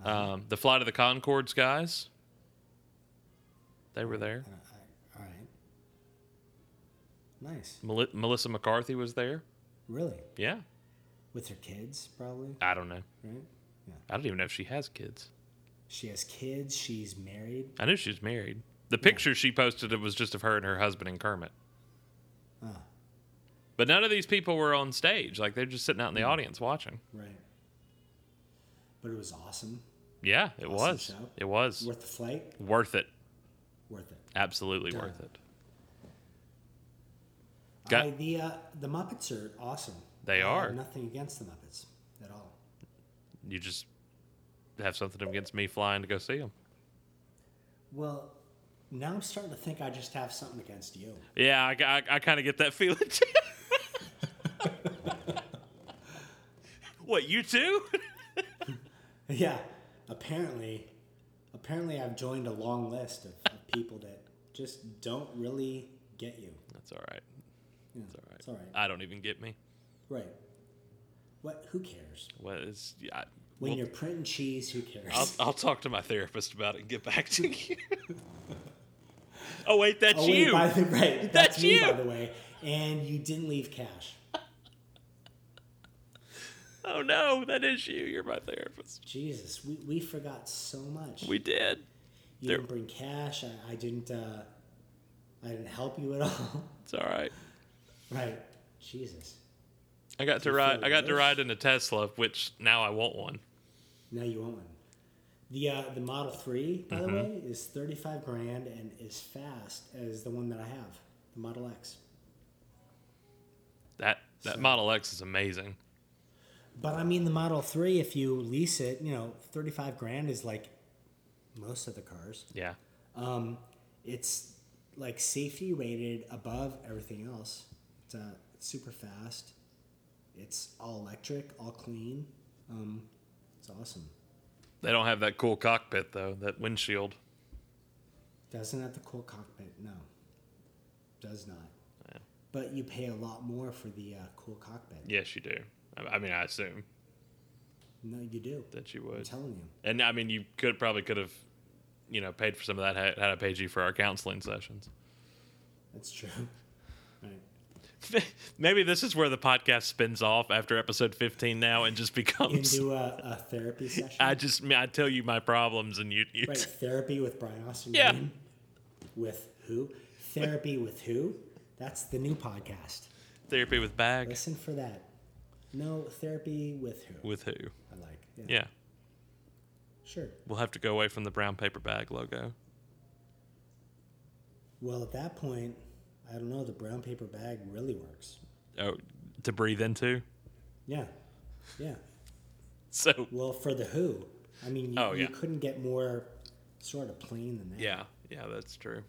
[SPEAKER 2] Uh-huh.
[SPEAKER 1] Um, the Flight of the Concords guys. They were there.
[SPEAKER 2] Uh, I- all right, nice.
[SPEAKER 1] Mel- Melissa McCarthy was there.
[SPEAKER 2] Really,
[SPEAKER 1] Yeah.
[SPEAKER 2] with her kids, probably.
[SPEAKER 1] I don't know.
[SPEAKER 2] Right? Yeah.
[SPEAKER 1] I don't even know if she has kids.
[SPEAKER 2] She has kids. She's married.
[SPEAKER 1] I knew she was married. The picture she posted it was just of her and her husband and Kermit.
[SPEAKER 2] Oh,
[SPEAKER 1] But none of these people were on stage. Like they're just sitting out in the
[SPEAKER 2] Hmm.
[SPEAKER 1] audience watching.
[SPEAKER 2] right. But it was awesome.
[SPEAKER 1] Yeah, it
[SPEAKER 2] Awesome
[SPEAKER 1] was.
[SPEAKER 2] show.
[SPEAKER 1] It was worth,
[SPEAKER 2] Worth the flight.
[SPEAKER 1] it.
[SPEAKER 2] Worth it.
[SPEAKER 1] Absolutely
[SPEAKER 2] Duh.
[SPEAKER 1] worth it. Got-
[SPEAKER 2] I, the uh, the Muppets are awesome.
[SPEAKER 1] They
[SPEAKER 2] I have
[SPEAKER 1] are.
[SPEAKER 2] nothing against the Muppets at all.
[SPEAKER 1] You just have something against me flying to go see them.
[SPEAKER 2] Well, now I'm starting to think I just have something against you.
[SPEAKER 1] Yeah, I, kind of get that feeling. too. what you too?
[SPEAKER 2] yeah. Apparently, apparently I've joined a long list of, of people that just don't really get you.
[SPEAKER 1] That's all right.
[SPEAKER 2] Yeah,
[SPEAKER 1] It's all right.
[SPEAKER 2] It's all right.
[SPEAKER 1] I don't even get me.
[SPEAKER 2] Right. What? Who cares?
[SPEAKER 1] What is? I,
[SPEAKER 2] When
[SPEAKER 1] well,
[SPEAKER 2] you're printing cheese, who cares?
[SPEAKER 1] I'll, I'll talk to my therapist about it and get back to you. oh wait, that's
[SPEAKER 2] oh, wait,
[SPEAKER 1] you.
[SPEAKER 2] By the, right. That's,
[SPEAKER 1] That's
[SPEAKER 2] me, by
[SPEAKER 1] you.
[SPEAKER 2] the way. And you didn't leave cash.
[SPEAKER 1] Oh no, that is you. You're my therapist.
[SPEAKER 2] Jesus, we, we forgot so much.
[SPEAKER 1] We did.
[SPEAKER 2] you
[SPEAKER 1] there-
[SPEAKER 2] didn't bring cash. I, I didn't. Uh, I didn't help you at all.
[SPEAKER 1] It's all right.
[SPEAKER 2] right. Jesus.
[SPEAKER 1] I got to
[SPEAKER 2] You
[SPEAKER 1] ride.
[SPEAKER 2] feel
[SPEAKER 1] I got to
[SPEAKER 2] worse?
[SPEAKER 1] ride in a Tesla, which now I want one.
[SPEAKER 2] Now you own one. The uh, the Model Three, by
[SPEAKER 1] Mm-hmm.
[SPEAKER 2] the way, is thirty five grand and is fast as the one that I have, the Model X.
[SPEAKER 1] That that
[SPEAKER 2] So-
[SPEAKER 1] Model X is amazing.
[SPEAKER 2] But I mean, the Model Three, if you lease it, you know, thirty five grand is like most of the cars.
[SPEAKER 1] Yeah.
[SPEAKER 2] Um, it's like safety rated above everything else. It's, uh, it's super fast. It's all electric, all clean. Um, it's awesome.
[SPEAKER 1] They don't have that cool cockpit though. That windshield.
[SPEAKER 2] Doesn't have the cool cockpit, no. Does not. But you pay a lot more for the uh, cool cockpit.
[SPEAKER 1] Yes, you do. I, I mean, I assume
[SPEAKER 2] No, you do.
[SPEAKER 1] that you
[SPEAKER 2] I'm
[SPEAKER 1] would.
[SPEAKER 2] telling you.
[SPEAKER 1] And I mean, you could probably could have, you know, paid for some of that had, had I paid you for our counseling sessions.
[SPEAKER 2] That's true. right.
[SPEAKER 1] Maybe this is where the podcast spins off after episode 15 now and just becomes.
[SPEAKER 2] Into a, a therapy session.
[SPEAKER 1] I just I tell you my problems and you. you
[SPEAKER 2] right. Therapy with Brian Austin.
[SPEAKER 1] Yeah.
[SPEAKER 2] Green. With who? Therapy with who? That's the new podcast.
[SPEAKER 1] Therapy with bag
[SPEAKER 2] Listen for that. No, therapy with who?
[SPEAKER 1] with who?
[SPEAKER 2] I like. Yeah.
[SPEAKER 1] Yeah,
[SPEAKER 2] Sure.
[SPEAKER 1] we'll have to go away from the brown paper bag logo.
[SPEAKER 2] Well, at that point, I don't know. The brown paper bag really works.
[SPEAKER 1] Oh, to breathe into.
[SPEAKER 2] Yeah. Yeah.
[SPEAKER 1] So
[SPEAKER 2] Well, for the Who, I mean, you,
[SPEAKER 1] Oh,
[SPEAKER 2] you
[SPEAKER 1] yeah.
[SPEAKER 2] couldn't get more sort of plain than that.
[SPEAKER 1] yeah, yeah, that's true.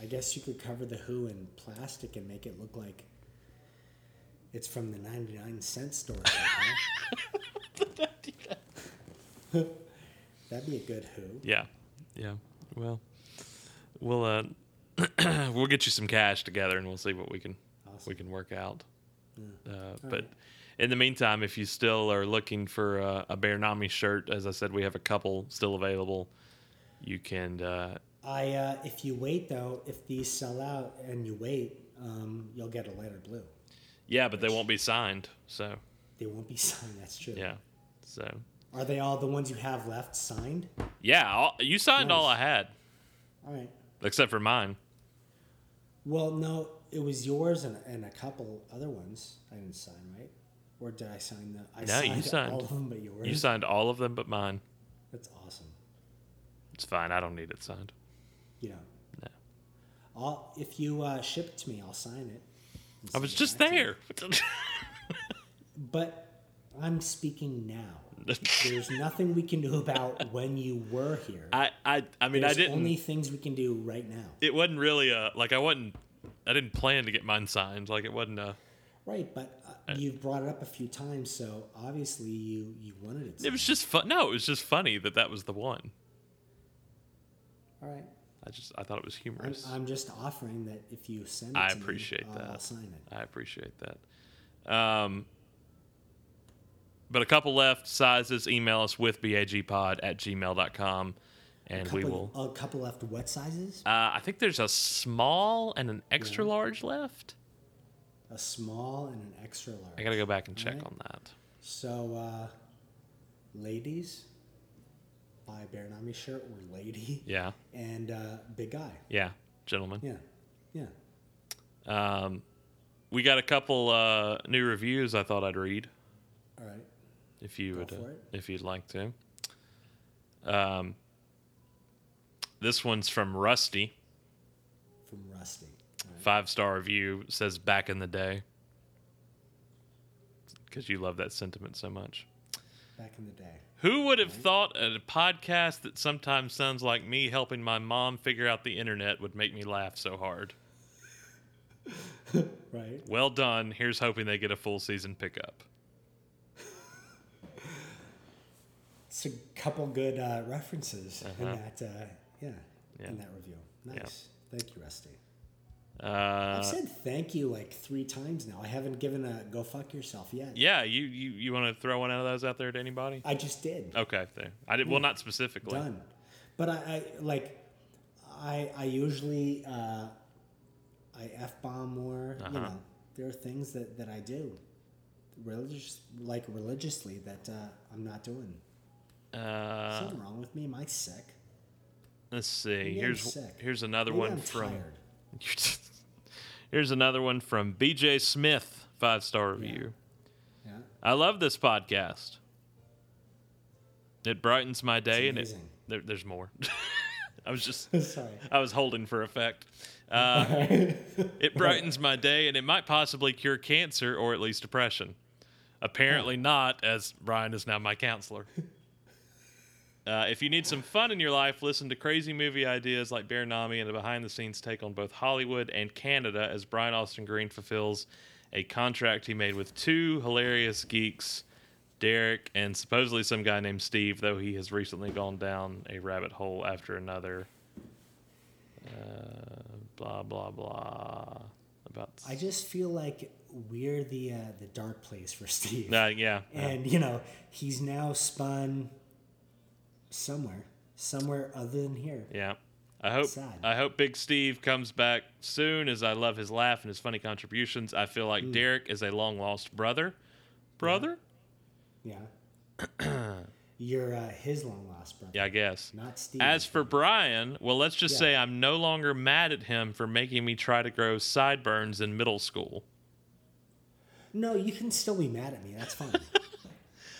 [SPEAKER 2] I guess you could cover the Who in plastic and make it look like it's from the 99 cent store. huh? That'd be a good Who.
[SPEAKER 1] Yeah, yeah. Well, we'll uh, we'll get you some cash together and we'll see what we can
[SPEAKER 2] Awesome.
[SPEAKER 1] we can work out. Uh, but in the meantime, if you still are looking for uh, a Bear Nami shirt, as I said, we have a couple still available. You can, uh,
[SPEAKER 2] I, uh, if you wait though, if these sell out and you wait, um, you'll get a lighter blue.
[SPEAKER 1] yeah, but they won't be signed. So
[SPEAKER 2] They won't be signed. That's true.
[SPEAKER 1] yeah, so
[SPEAKER 2] Are they all the ones you have left signed?
[SPEAKER 1] yeah, all, you signed all I
[SPEAKER 2] Nice.
[SPEAKER 1] had
[SPEAKER 2] All right.
[SPEAKER 1] except for mine.
[SPEAKER 2] Well, no, it was yours and, and a couple other ones. I didn't sign, right? Or did I sign the? I
[SPEAKER 1] No, you signed.
[SPEAKER 2] all of them, but yours.
[SPEAKER 1] You signed all of them but mine.
[SPEAKER 2] That's awesome.
[SPEAKER 1] It's fine. I don't need it signed.
[SPEAKER 2] You know,
[SPEAKER 1] No.
[SPEAKER 2] I'll, if you uh, ship it to me, I'll sign it. and
[SPEAKER 1] I
[SPEAKER 2] send
[SPEAKER 1] was
[SPEAKER 2] it
[SPEAKER 1] just
[SPEAKER 2] back to you.
[SPEAKER 1] there.
[SPEAKER 2] But I'm speaking now. There's nothing we can do about when you were here.
[SPEAKER 1] I, I, I mean,
[SPEAKER 2] There's
[SPEAKER 1] I didn't.
[SPEAKER 2] only things we can do right now.
[SPEAKER 1] it wasn't really a like. I wasn't. I didn't plan to get mine signed. Like it wasn't a.
[SPEAKER 2] Right, but uh, you've brought it up a few times, so obviously you you wanted it.
[SPEAKER 1] It was just fun. No, it was just funny that that was the one.
[SPEAKER 2] all right.
[SPEAKER 1] I just I thought it was
[SPEAKER 2] I'm,
[SPEAKER 1] humorous.
[SPEAKER 2] I'm just offering that if you send it
[SPEAKER 1] I
[SPEAKER 2] to me,
[SPEAKER 1] appreciate
[SPEAKER 2] I'll- I'll
[SPEAKER 1] that.
[SPEAKER 2] sign it.
[SPEAKER 1] I appreciate that. Um, but a couple left sizes. Email us with bagpod at gmail.com and we will.
[SPEAKER 2] A couple left what sizes?
[SPEAKER 1] Uh, I think there's a small and an extra large left.
[SPEAKER 2] A small and an extra large.
[SPEAKER 1] I gotta go back and check
[SPEAKER 2] Alright.
[SPEAKER 1] on that.
[SPEAKER 2] So, uh, ladies, buy a Baranami shirt were lady
[SPEAKER 1] Yeah.
[SPEAKER 2] and uh, big guy.
[SPEAKER 1] Yeah. Gentlemen.
[SPEAKER 2] Yeah, yeah.
[SPEAKER 1] Um, we got a couple uh, new reviews I thought I'd read
[SPEAKER 2] All right.
[SPEAKER 1] if you
[SPEAKER 2] Go
[SPEAKER 1] would uh,
[SPEAKER 2] for it.
[SPEAKER 1] if you'd like to. Um, this one's from Rusty,
[SPEAKER 2] From Rusty. All right.
[SPEAKER 1] five star review says back in the day because you love that sentiment so much.
[SPEAKER 2] Back in the day.
[SPEAKER 1] Who would have thought a podcast that sometimes sounds like me helping my mom figure out the internet would make me laugh so hard?
[SPEAKER 2] Right.
[SPEAKER 1] Well done. Here's hoping they get a full season pickup.
[SPEAKER 2] It's a couple good uh, references in
[SPEAKER 1] Uh-huh.
[SPEAKER 2] that. Uh, yeah,
[SPEAKER 1] Yeah.
[SPEAKER 2] In that review. Nice. Thank you, Rusty.
[SPEAKER 1] Uh,
[SPEAKER 2] I've said thank you like three times now. I haven't given a go fuck yourself yet.
[SPEAKER 1] Yeah, you you, you want to throw one of those out there to anybody?
[SPEAKER 2] I just did.
[SPEAKER 1] Okay, there. I
[SPEAKER 2] Mm.
[SPEAKER 1] did. Well, not specifically.
[SPEAKER 2] done. But I, I like, I I usually uh, I f bomb more.
[SPEAKER 1] Uh-huh.
[SPEAKER 2] You know, there are things that that I do, religious like religiously that uh, I'm not doing.
[SPEAKER 1] Uh,
[SPEAKER 2] Something wrong with me? Am I sick?
[SPEAKER 1] let's see.
[SPEAKER 2] Maybe I'm
[SPEAKER 1] Here's
[SPEAKER 2] sick.
[SPEAKER 1] here's another
[SPEAKER 2] Maybe
[SPEAKER 1] one
[SPEAKER 2] I'm
[SPEAKER 1] from.
[SPEAKER 2] tired.
[SPEAKER 1] here's another one from B.J. Smith, five star review.
[SPEAKER 2] Yeah,
[SPEAKER 1] I love this podcast. It brightens my day, and it,
[SPEAKER 2] amazing.
[SPEAKER 1] there, there's more. I was just
[SPEAKER 2] sorry.
[SPEAKER 1] I was holding for effect. Uh, It brightens my day and it might possibly cure cancer or at least depression. Apparently not, as Brian is now my counselor. Uh, if you need some fun in your life, listen to crazy movie ideas like Bear Nami and a behind the scenes take on both Hollywood and Canada as Brian Austin Green fulfills a contract he made with two hilarious geeks, Derek and supposedly some guy named Steve, though he has recently gone down a rabbit hole after another. Uh, blah, blah, blah. About.
[SPEAKER 2] I just feel like we're the uh, the dark place for Steve.
[SPEAKER 1] Uh, yeah. yeah.
[SPEAKER 2] And you know, he's now spun somewhere, somewhere other than here.
[SPEAKER 1] Yeah. I hope
[SPEAKER 2] Sad.
[SPEAKER 1] I hope Big Steve comes back soon as I love his laugh and his funny contributions. I feel
[SPEAKER 2] Hmm.
[SPEAKER 1] like Derek is a long lost brother. Brother?
[SPEAKER 2] Yeah. You're uh, his long lost brother,
[SPEAKER 1] Yeah, I guess.
[SPEAKER 2] not Steve.
[SPEAKER 1] As for Brian, well, let's just
[SPEAKER 2] Yeah.
[SPEAKER 1] say I'm no longer mad at him for making me try to grow sideburns in middle school.
[SPEAKER 2] no, you can still be mad at me. That's fine.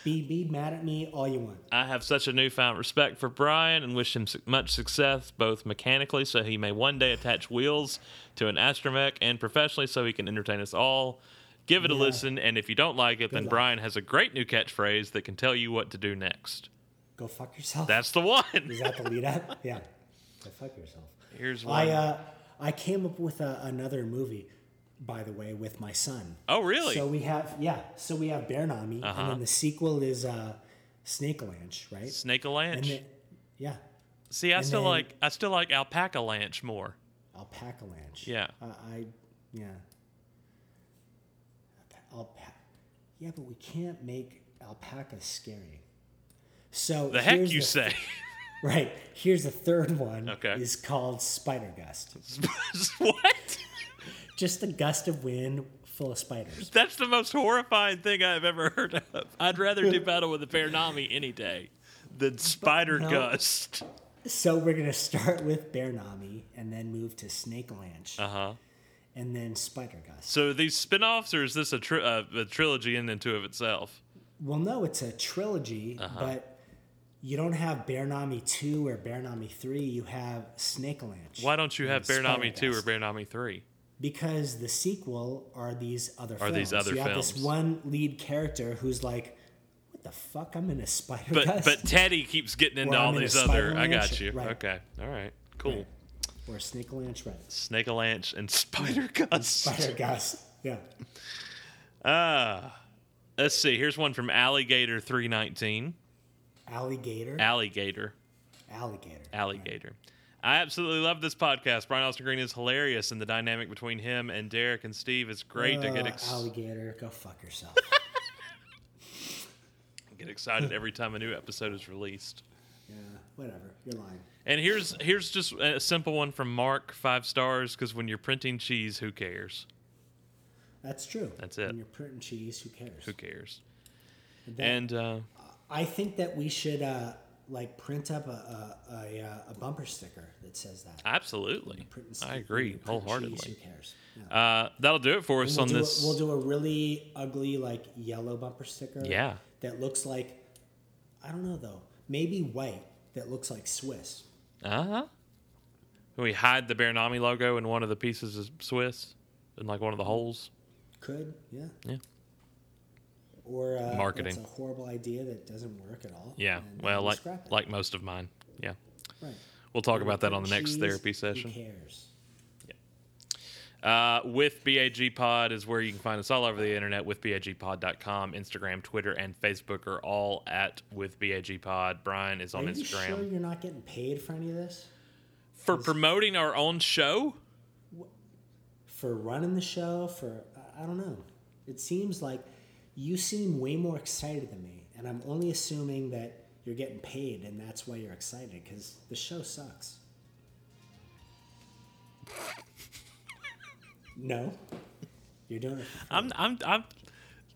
[SPEAKER 2] be be mad at me all you want.
[SPEAKER 1] I have such a newfound respect for Brian and wish him su- much success, both mechanically, so he may one day attach wheels to an astromech, and professionally, so he can entertain us all. Give it a listen, and if you don't like it, then
[SPEAKER 2] luck.
[SPEAKER 1] Brian has a great new catchphrase that can tell you what to do next.
[SPEAKER 2] Go fuck yourself.
[SPEAKER 1] That's the one.
[SPEAKER 2] Is that the lead up? Yeah. Go fuck yourself.
[SPEAKER 1] Here's one.
[SPEAKER 2] I uh, I came up with a, another movie, by the way, with my son.
[SPEAKER 1] oh, really? Uh-huh.
[SPEAKER 2] So we have yeah. So we have Bear Nami, and then the sequel is uh, Snake Lanch, right?
[SPEAKER 1] Snake a
[SPEAKER 2] And
[SPEAKER 1] lanch.
[SPEAKER 2] then, yeah,
[SPEAKER 1] See, I still
[SPEAKER 2] then-
[SPEAKER 1] like I still like alpaca lanch more.
[SPEAKER 2] Alpaca Lanch.
[SPEAKER 1] Yeah.
[SPEAKER 2] Uh, I yeah. Alpa- Alpa- yeah, but we can't make alpaca scary. So
[SPEAKER 1] The heck
[SPEAKER 2] here's
[SPEAKER 1] you say?
[SPEAKER 2] Right here's the third one.
[SPEAKER 1] Okay.
[SPEAKER 2] Is called Spider Gust.
[SPEAKER 1] what?
[SPEAKER 2] Just a gust of wind full of spiders.
[SPEAKER 1] That's the most horrifying thing I've ever heard of. I'd rather do battle with a bear nami any day than spider
[SPEAKER 2] no.
[SPEAKER 1] gust.
[SPEAKER 2] So we're gonna start with Bear Nami, and then move to Snake Lanch,
[SPEAKER 1] Uh huh.
[SPEAKER 2] and then Spider Gust.
[SPEAKER 1] So these spin-offs, or is this a, tri- uh, a trilogy in and to of itself?
[SPEAKER 2] Well, no, it's a trilogy,
[SPEAKER 1] Uh-huh.
[SPEAKER 2] but you don't have Bear Nami 2 or Bear Nami 3. You have Snake Lanch.
[SPEAKER 1] Why don't you have
[SPEAKER 2] Yeah,
[SPEAKER 1] Bear Nami
[SPEAKER 2] Spider
[SPEAKER 1] two or
[SPEAKER 2] Gust.
[SPEAKER 1] Bear Nami three?
[SPEAKER 2] Because the sequel are these other
[SPEAKER 1] Are
[SPEAKER 2] films.
[SPEAKER 1] these other
[SPEAKER 2] you have this
[SPEAKER 1] films.
[SPEAKER 2] one lead character who's like, what the fuck? I'm in a spider
[SPEAKER 1] But
[SPEAKER 2] gust.
[SPEAKER 1] but Teddy keeps getting into
[SPEAKER 2] Or I'm
[SPEAKER 1] all
[SPEAKER 2] in a
[SPEAKER 1] these other. I
[SPEAKER 2] Spider-Man
[SPEAKER 1] got
[SPEAKER 2] shit.
[SPEAKER 1] you.
[SPEAKER 2] Right.
[SPEAKER 1] Okay. All right. Cool.
[SPEAKER 2] Right. or Snake Lanch, right.
[SPEAKER 1] Snake Alanch and Spider Gust.
[SPEAKER 2] Spider gust. Yeah.
[SPEAKER 1] Ah. Let's see. Here's one from Alligator three nineteen.
[SPEAKER 2] Alligator.
[SPEAKER 1] Alligator.
[SPEAKER 2] Alligator.
[SPEAKER 1] Alligator. I absolutely love this podcast. Brian Austin Green is hilarious, and the dynamic between him and Derek and Steve is great to get,
[SPEAKER 2] Uh,
[SPEAKER 1] ex-
[SPEAKER 2] alligator. Go fuck yourself.
[SPEAKER 1] get excited every time a new episode is released.
[SPEAKER 2] yeah. Whatever. You're lying.
[SPEAKER 1] And here's here's just a simple one from Mark, five stars, because when you're printing cheese, who cares?
[SPEAKER 2] That's true.
[SPEAKER 1] That's it.
[SPEAKER 2] When you're printing cheese, who cares?
[SPEAKER 1] Who cares?
[SPEAKER 2] That-
[SPEAKER 1] And uh,
[SPEAKER 2] I think that we should uh, like print up a a, a, uh, a bumper sticker that says that.
[SPEAKER 1] Absolutely.
[SPEAKER 2] Print and
[SPEAKER 1] I
[SPEAKER 2] stick-
[SPEAKER 1] agree
[SPEAKER 2] print and cheese,
[SPEAKER 1] wholeheartedly.
[SPEAKER 2] who cares? Yeah.
[SPEAKER 1] Uh, that'll do it for us
[SPEAKER 2] we'll
[SPEAKER 1] on
[SPEAKER 2] do
[SPEAKER 1] this.
[SPEAKER 2] A, we'll do a really ugly like yellow bumper sticker.
[SPEAKER 1] Yeah.
[SPEAKER 2] That looks like, I don't know though, maybe white that looks like Swiss.
[SPEAKER 1] Uh huh. We hide the Berenami logo in one of the pieces of Swiss, in like one of the holes.
[SPEAKER 2] Could yeah.
[SPEAKER 1] Yeah.
[SPEAKER 2] Or uh,
[SPEAKER 1] Marketing.
[SPEAKER 2] It's a horrible idea that doesn't work at all.
[SPEAKER 1] Yeah.
[SPEAKER 2] and
[SPEAKER 1] Well,
[SPEAKER 2] we
[SPEAKER 1] like
[SPEAKER 2] scrap it.
[SPEAKER 1] like most of mine. Yeah.
[SPEAKER 2] right.
[SPEAKER 1] We'll talk about that on the next
[SPEAKER 2] Cheese,
[SPEAKER 1] therapy
[SPEAKER 2] Who
[SPEAKER 1] session.
[SPEAKER 2] cares?
[SPEAKER 1] Uh, with BAG Pod is where you can find us all over the internet with BAGpod.com. Instagram, Twitter, and Facebook are all at with BAG Pod. Brian is on
[SPEAKER 2] Are you
[SPEAKER 1] Instagram.
[SPEAKER 2] sure you're not getting paid for any of this?
[SPEAKER 1] For promoting our own show?
[SPEAKER 2] For running the show? For I- I don't know. It seems like you seem way more excited than me, and I'm only assuming that you're getting paid, and that's why you're excited because the show sucks. No, you're doing it. for
[SPEAKER 1] I'm I'm I'm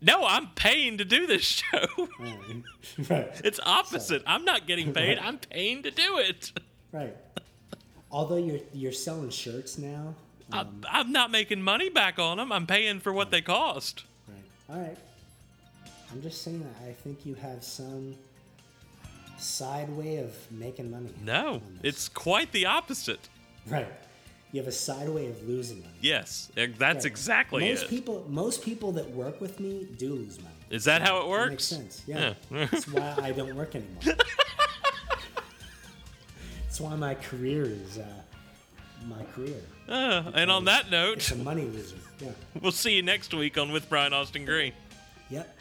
[SPEAKER 1] No, I'm paying to do this show.
[SPEAKER 2] fun. right.
[SPEAKER 1] It's opposite. I'm not getting paid. I'm paying to do it.
[SPEAKER 2] Right. Although you're you're selling shirts now.
[SPEAKER 1] I, I'm not making money back on them. I'm paying for what they cost.
[SPEAKER 2] Right. All right. I'm just saying that I think you have some side way of making money.
[SPEAKER 1] No,
[SPEAKER 2] on this.
[SPEAKER 1] it's quite the opposite.
[SPEAKER 2] right. You have a side way of losing money.
[SPEAKER 1] Yes, eh, that's
[SPEAKER 2] Right.
[SPEAKER 1] exactly
[SPEAKER 2] most
[SPEAKER 1] it.
[SPEAKER 2] people. Most people that work with me do lose money.
[SPEAKER 1] Is that how it
[SPEAKER 2] That
[SPEAKER 1] works?
[SPEAKER 2] makes sense. Yeah.
[SPEAKER 1] Yeah.
[SPEAKER 2] That's why I don't work anymore. That's why my career is uh, my career.
[SPEAKER 1] Uh, and on that note,
[SPEAKER 2] It's a money loser. Yeah.
[SPEAKER 1] we'll see you next week on With Brian Austin Green.
[SPEAKER 2] Yep.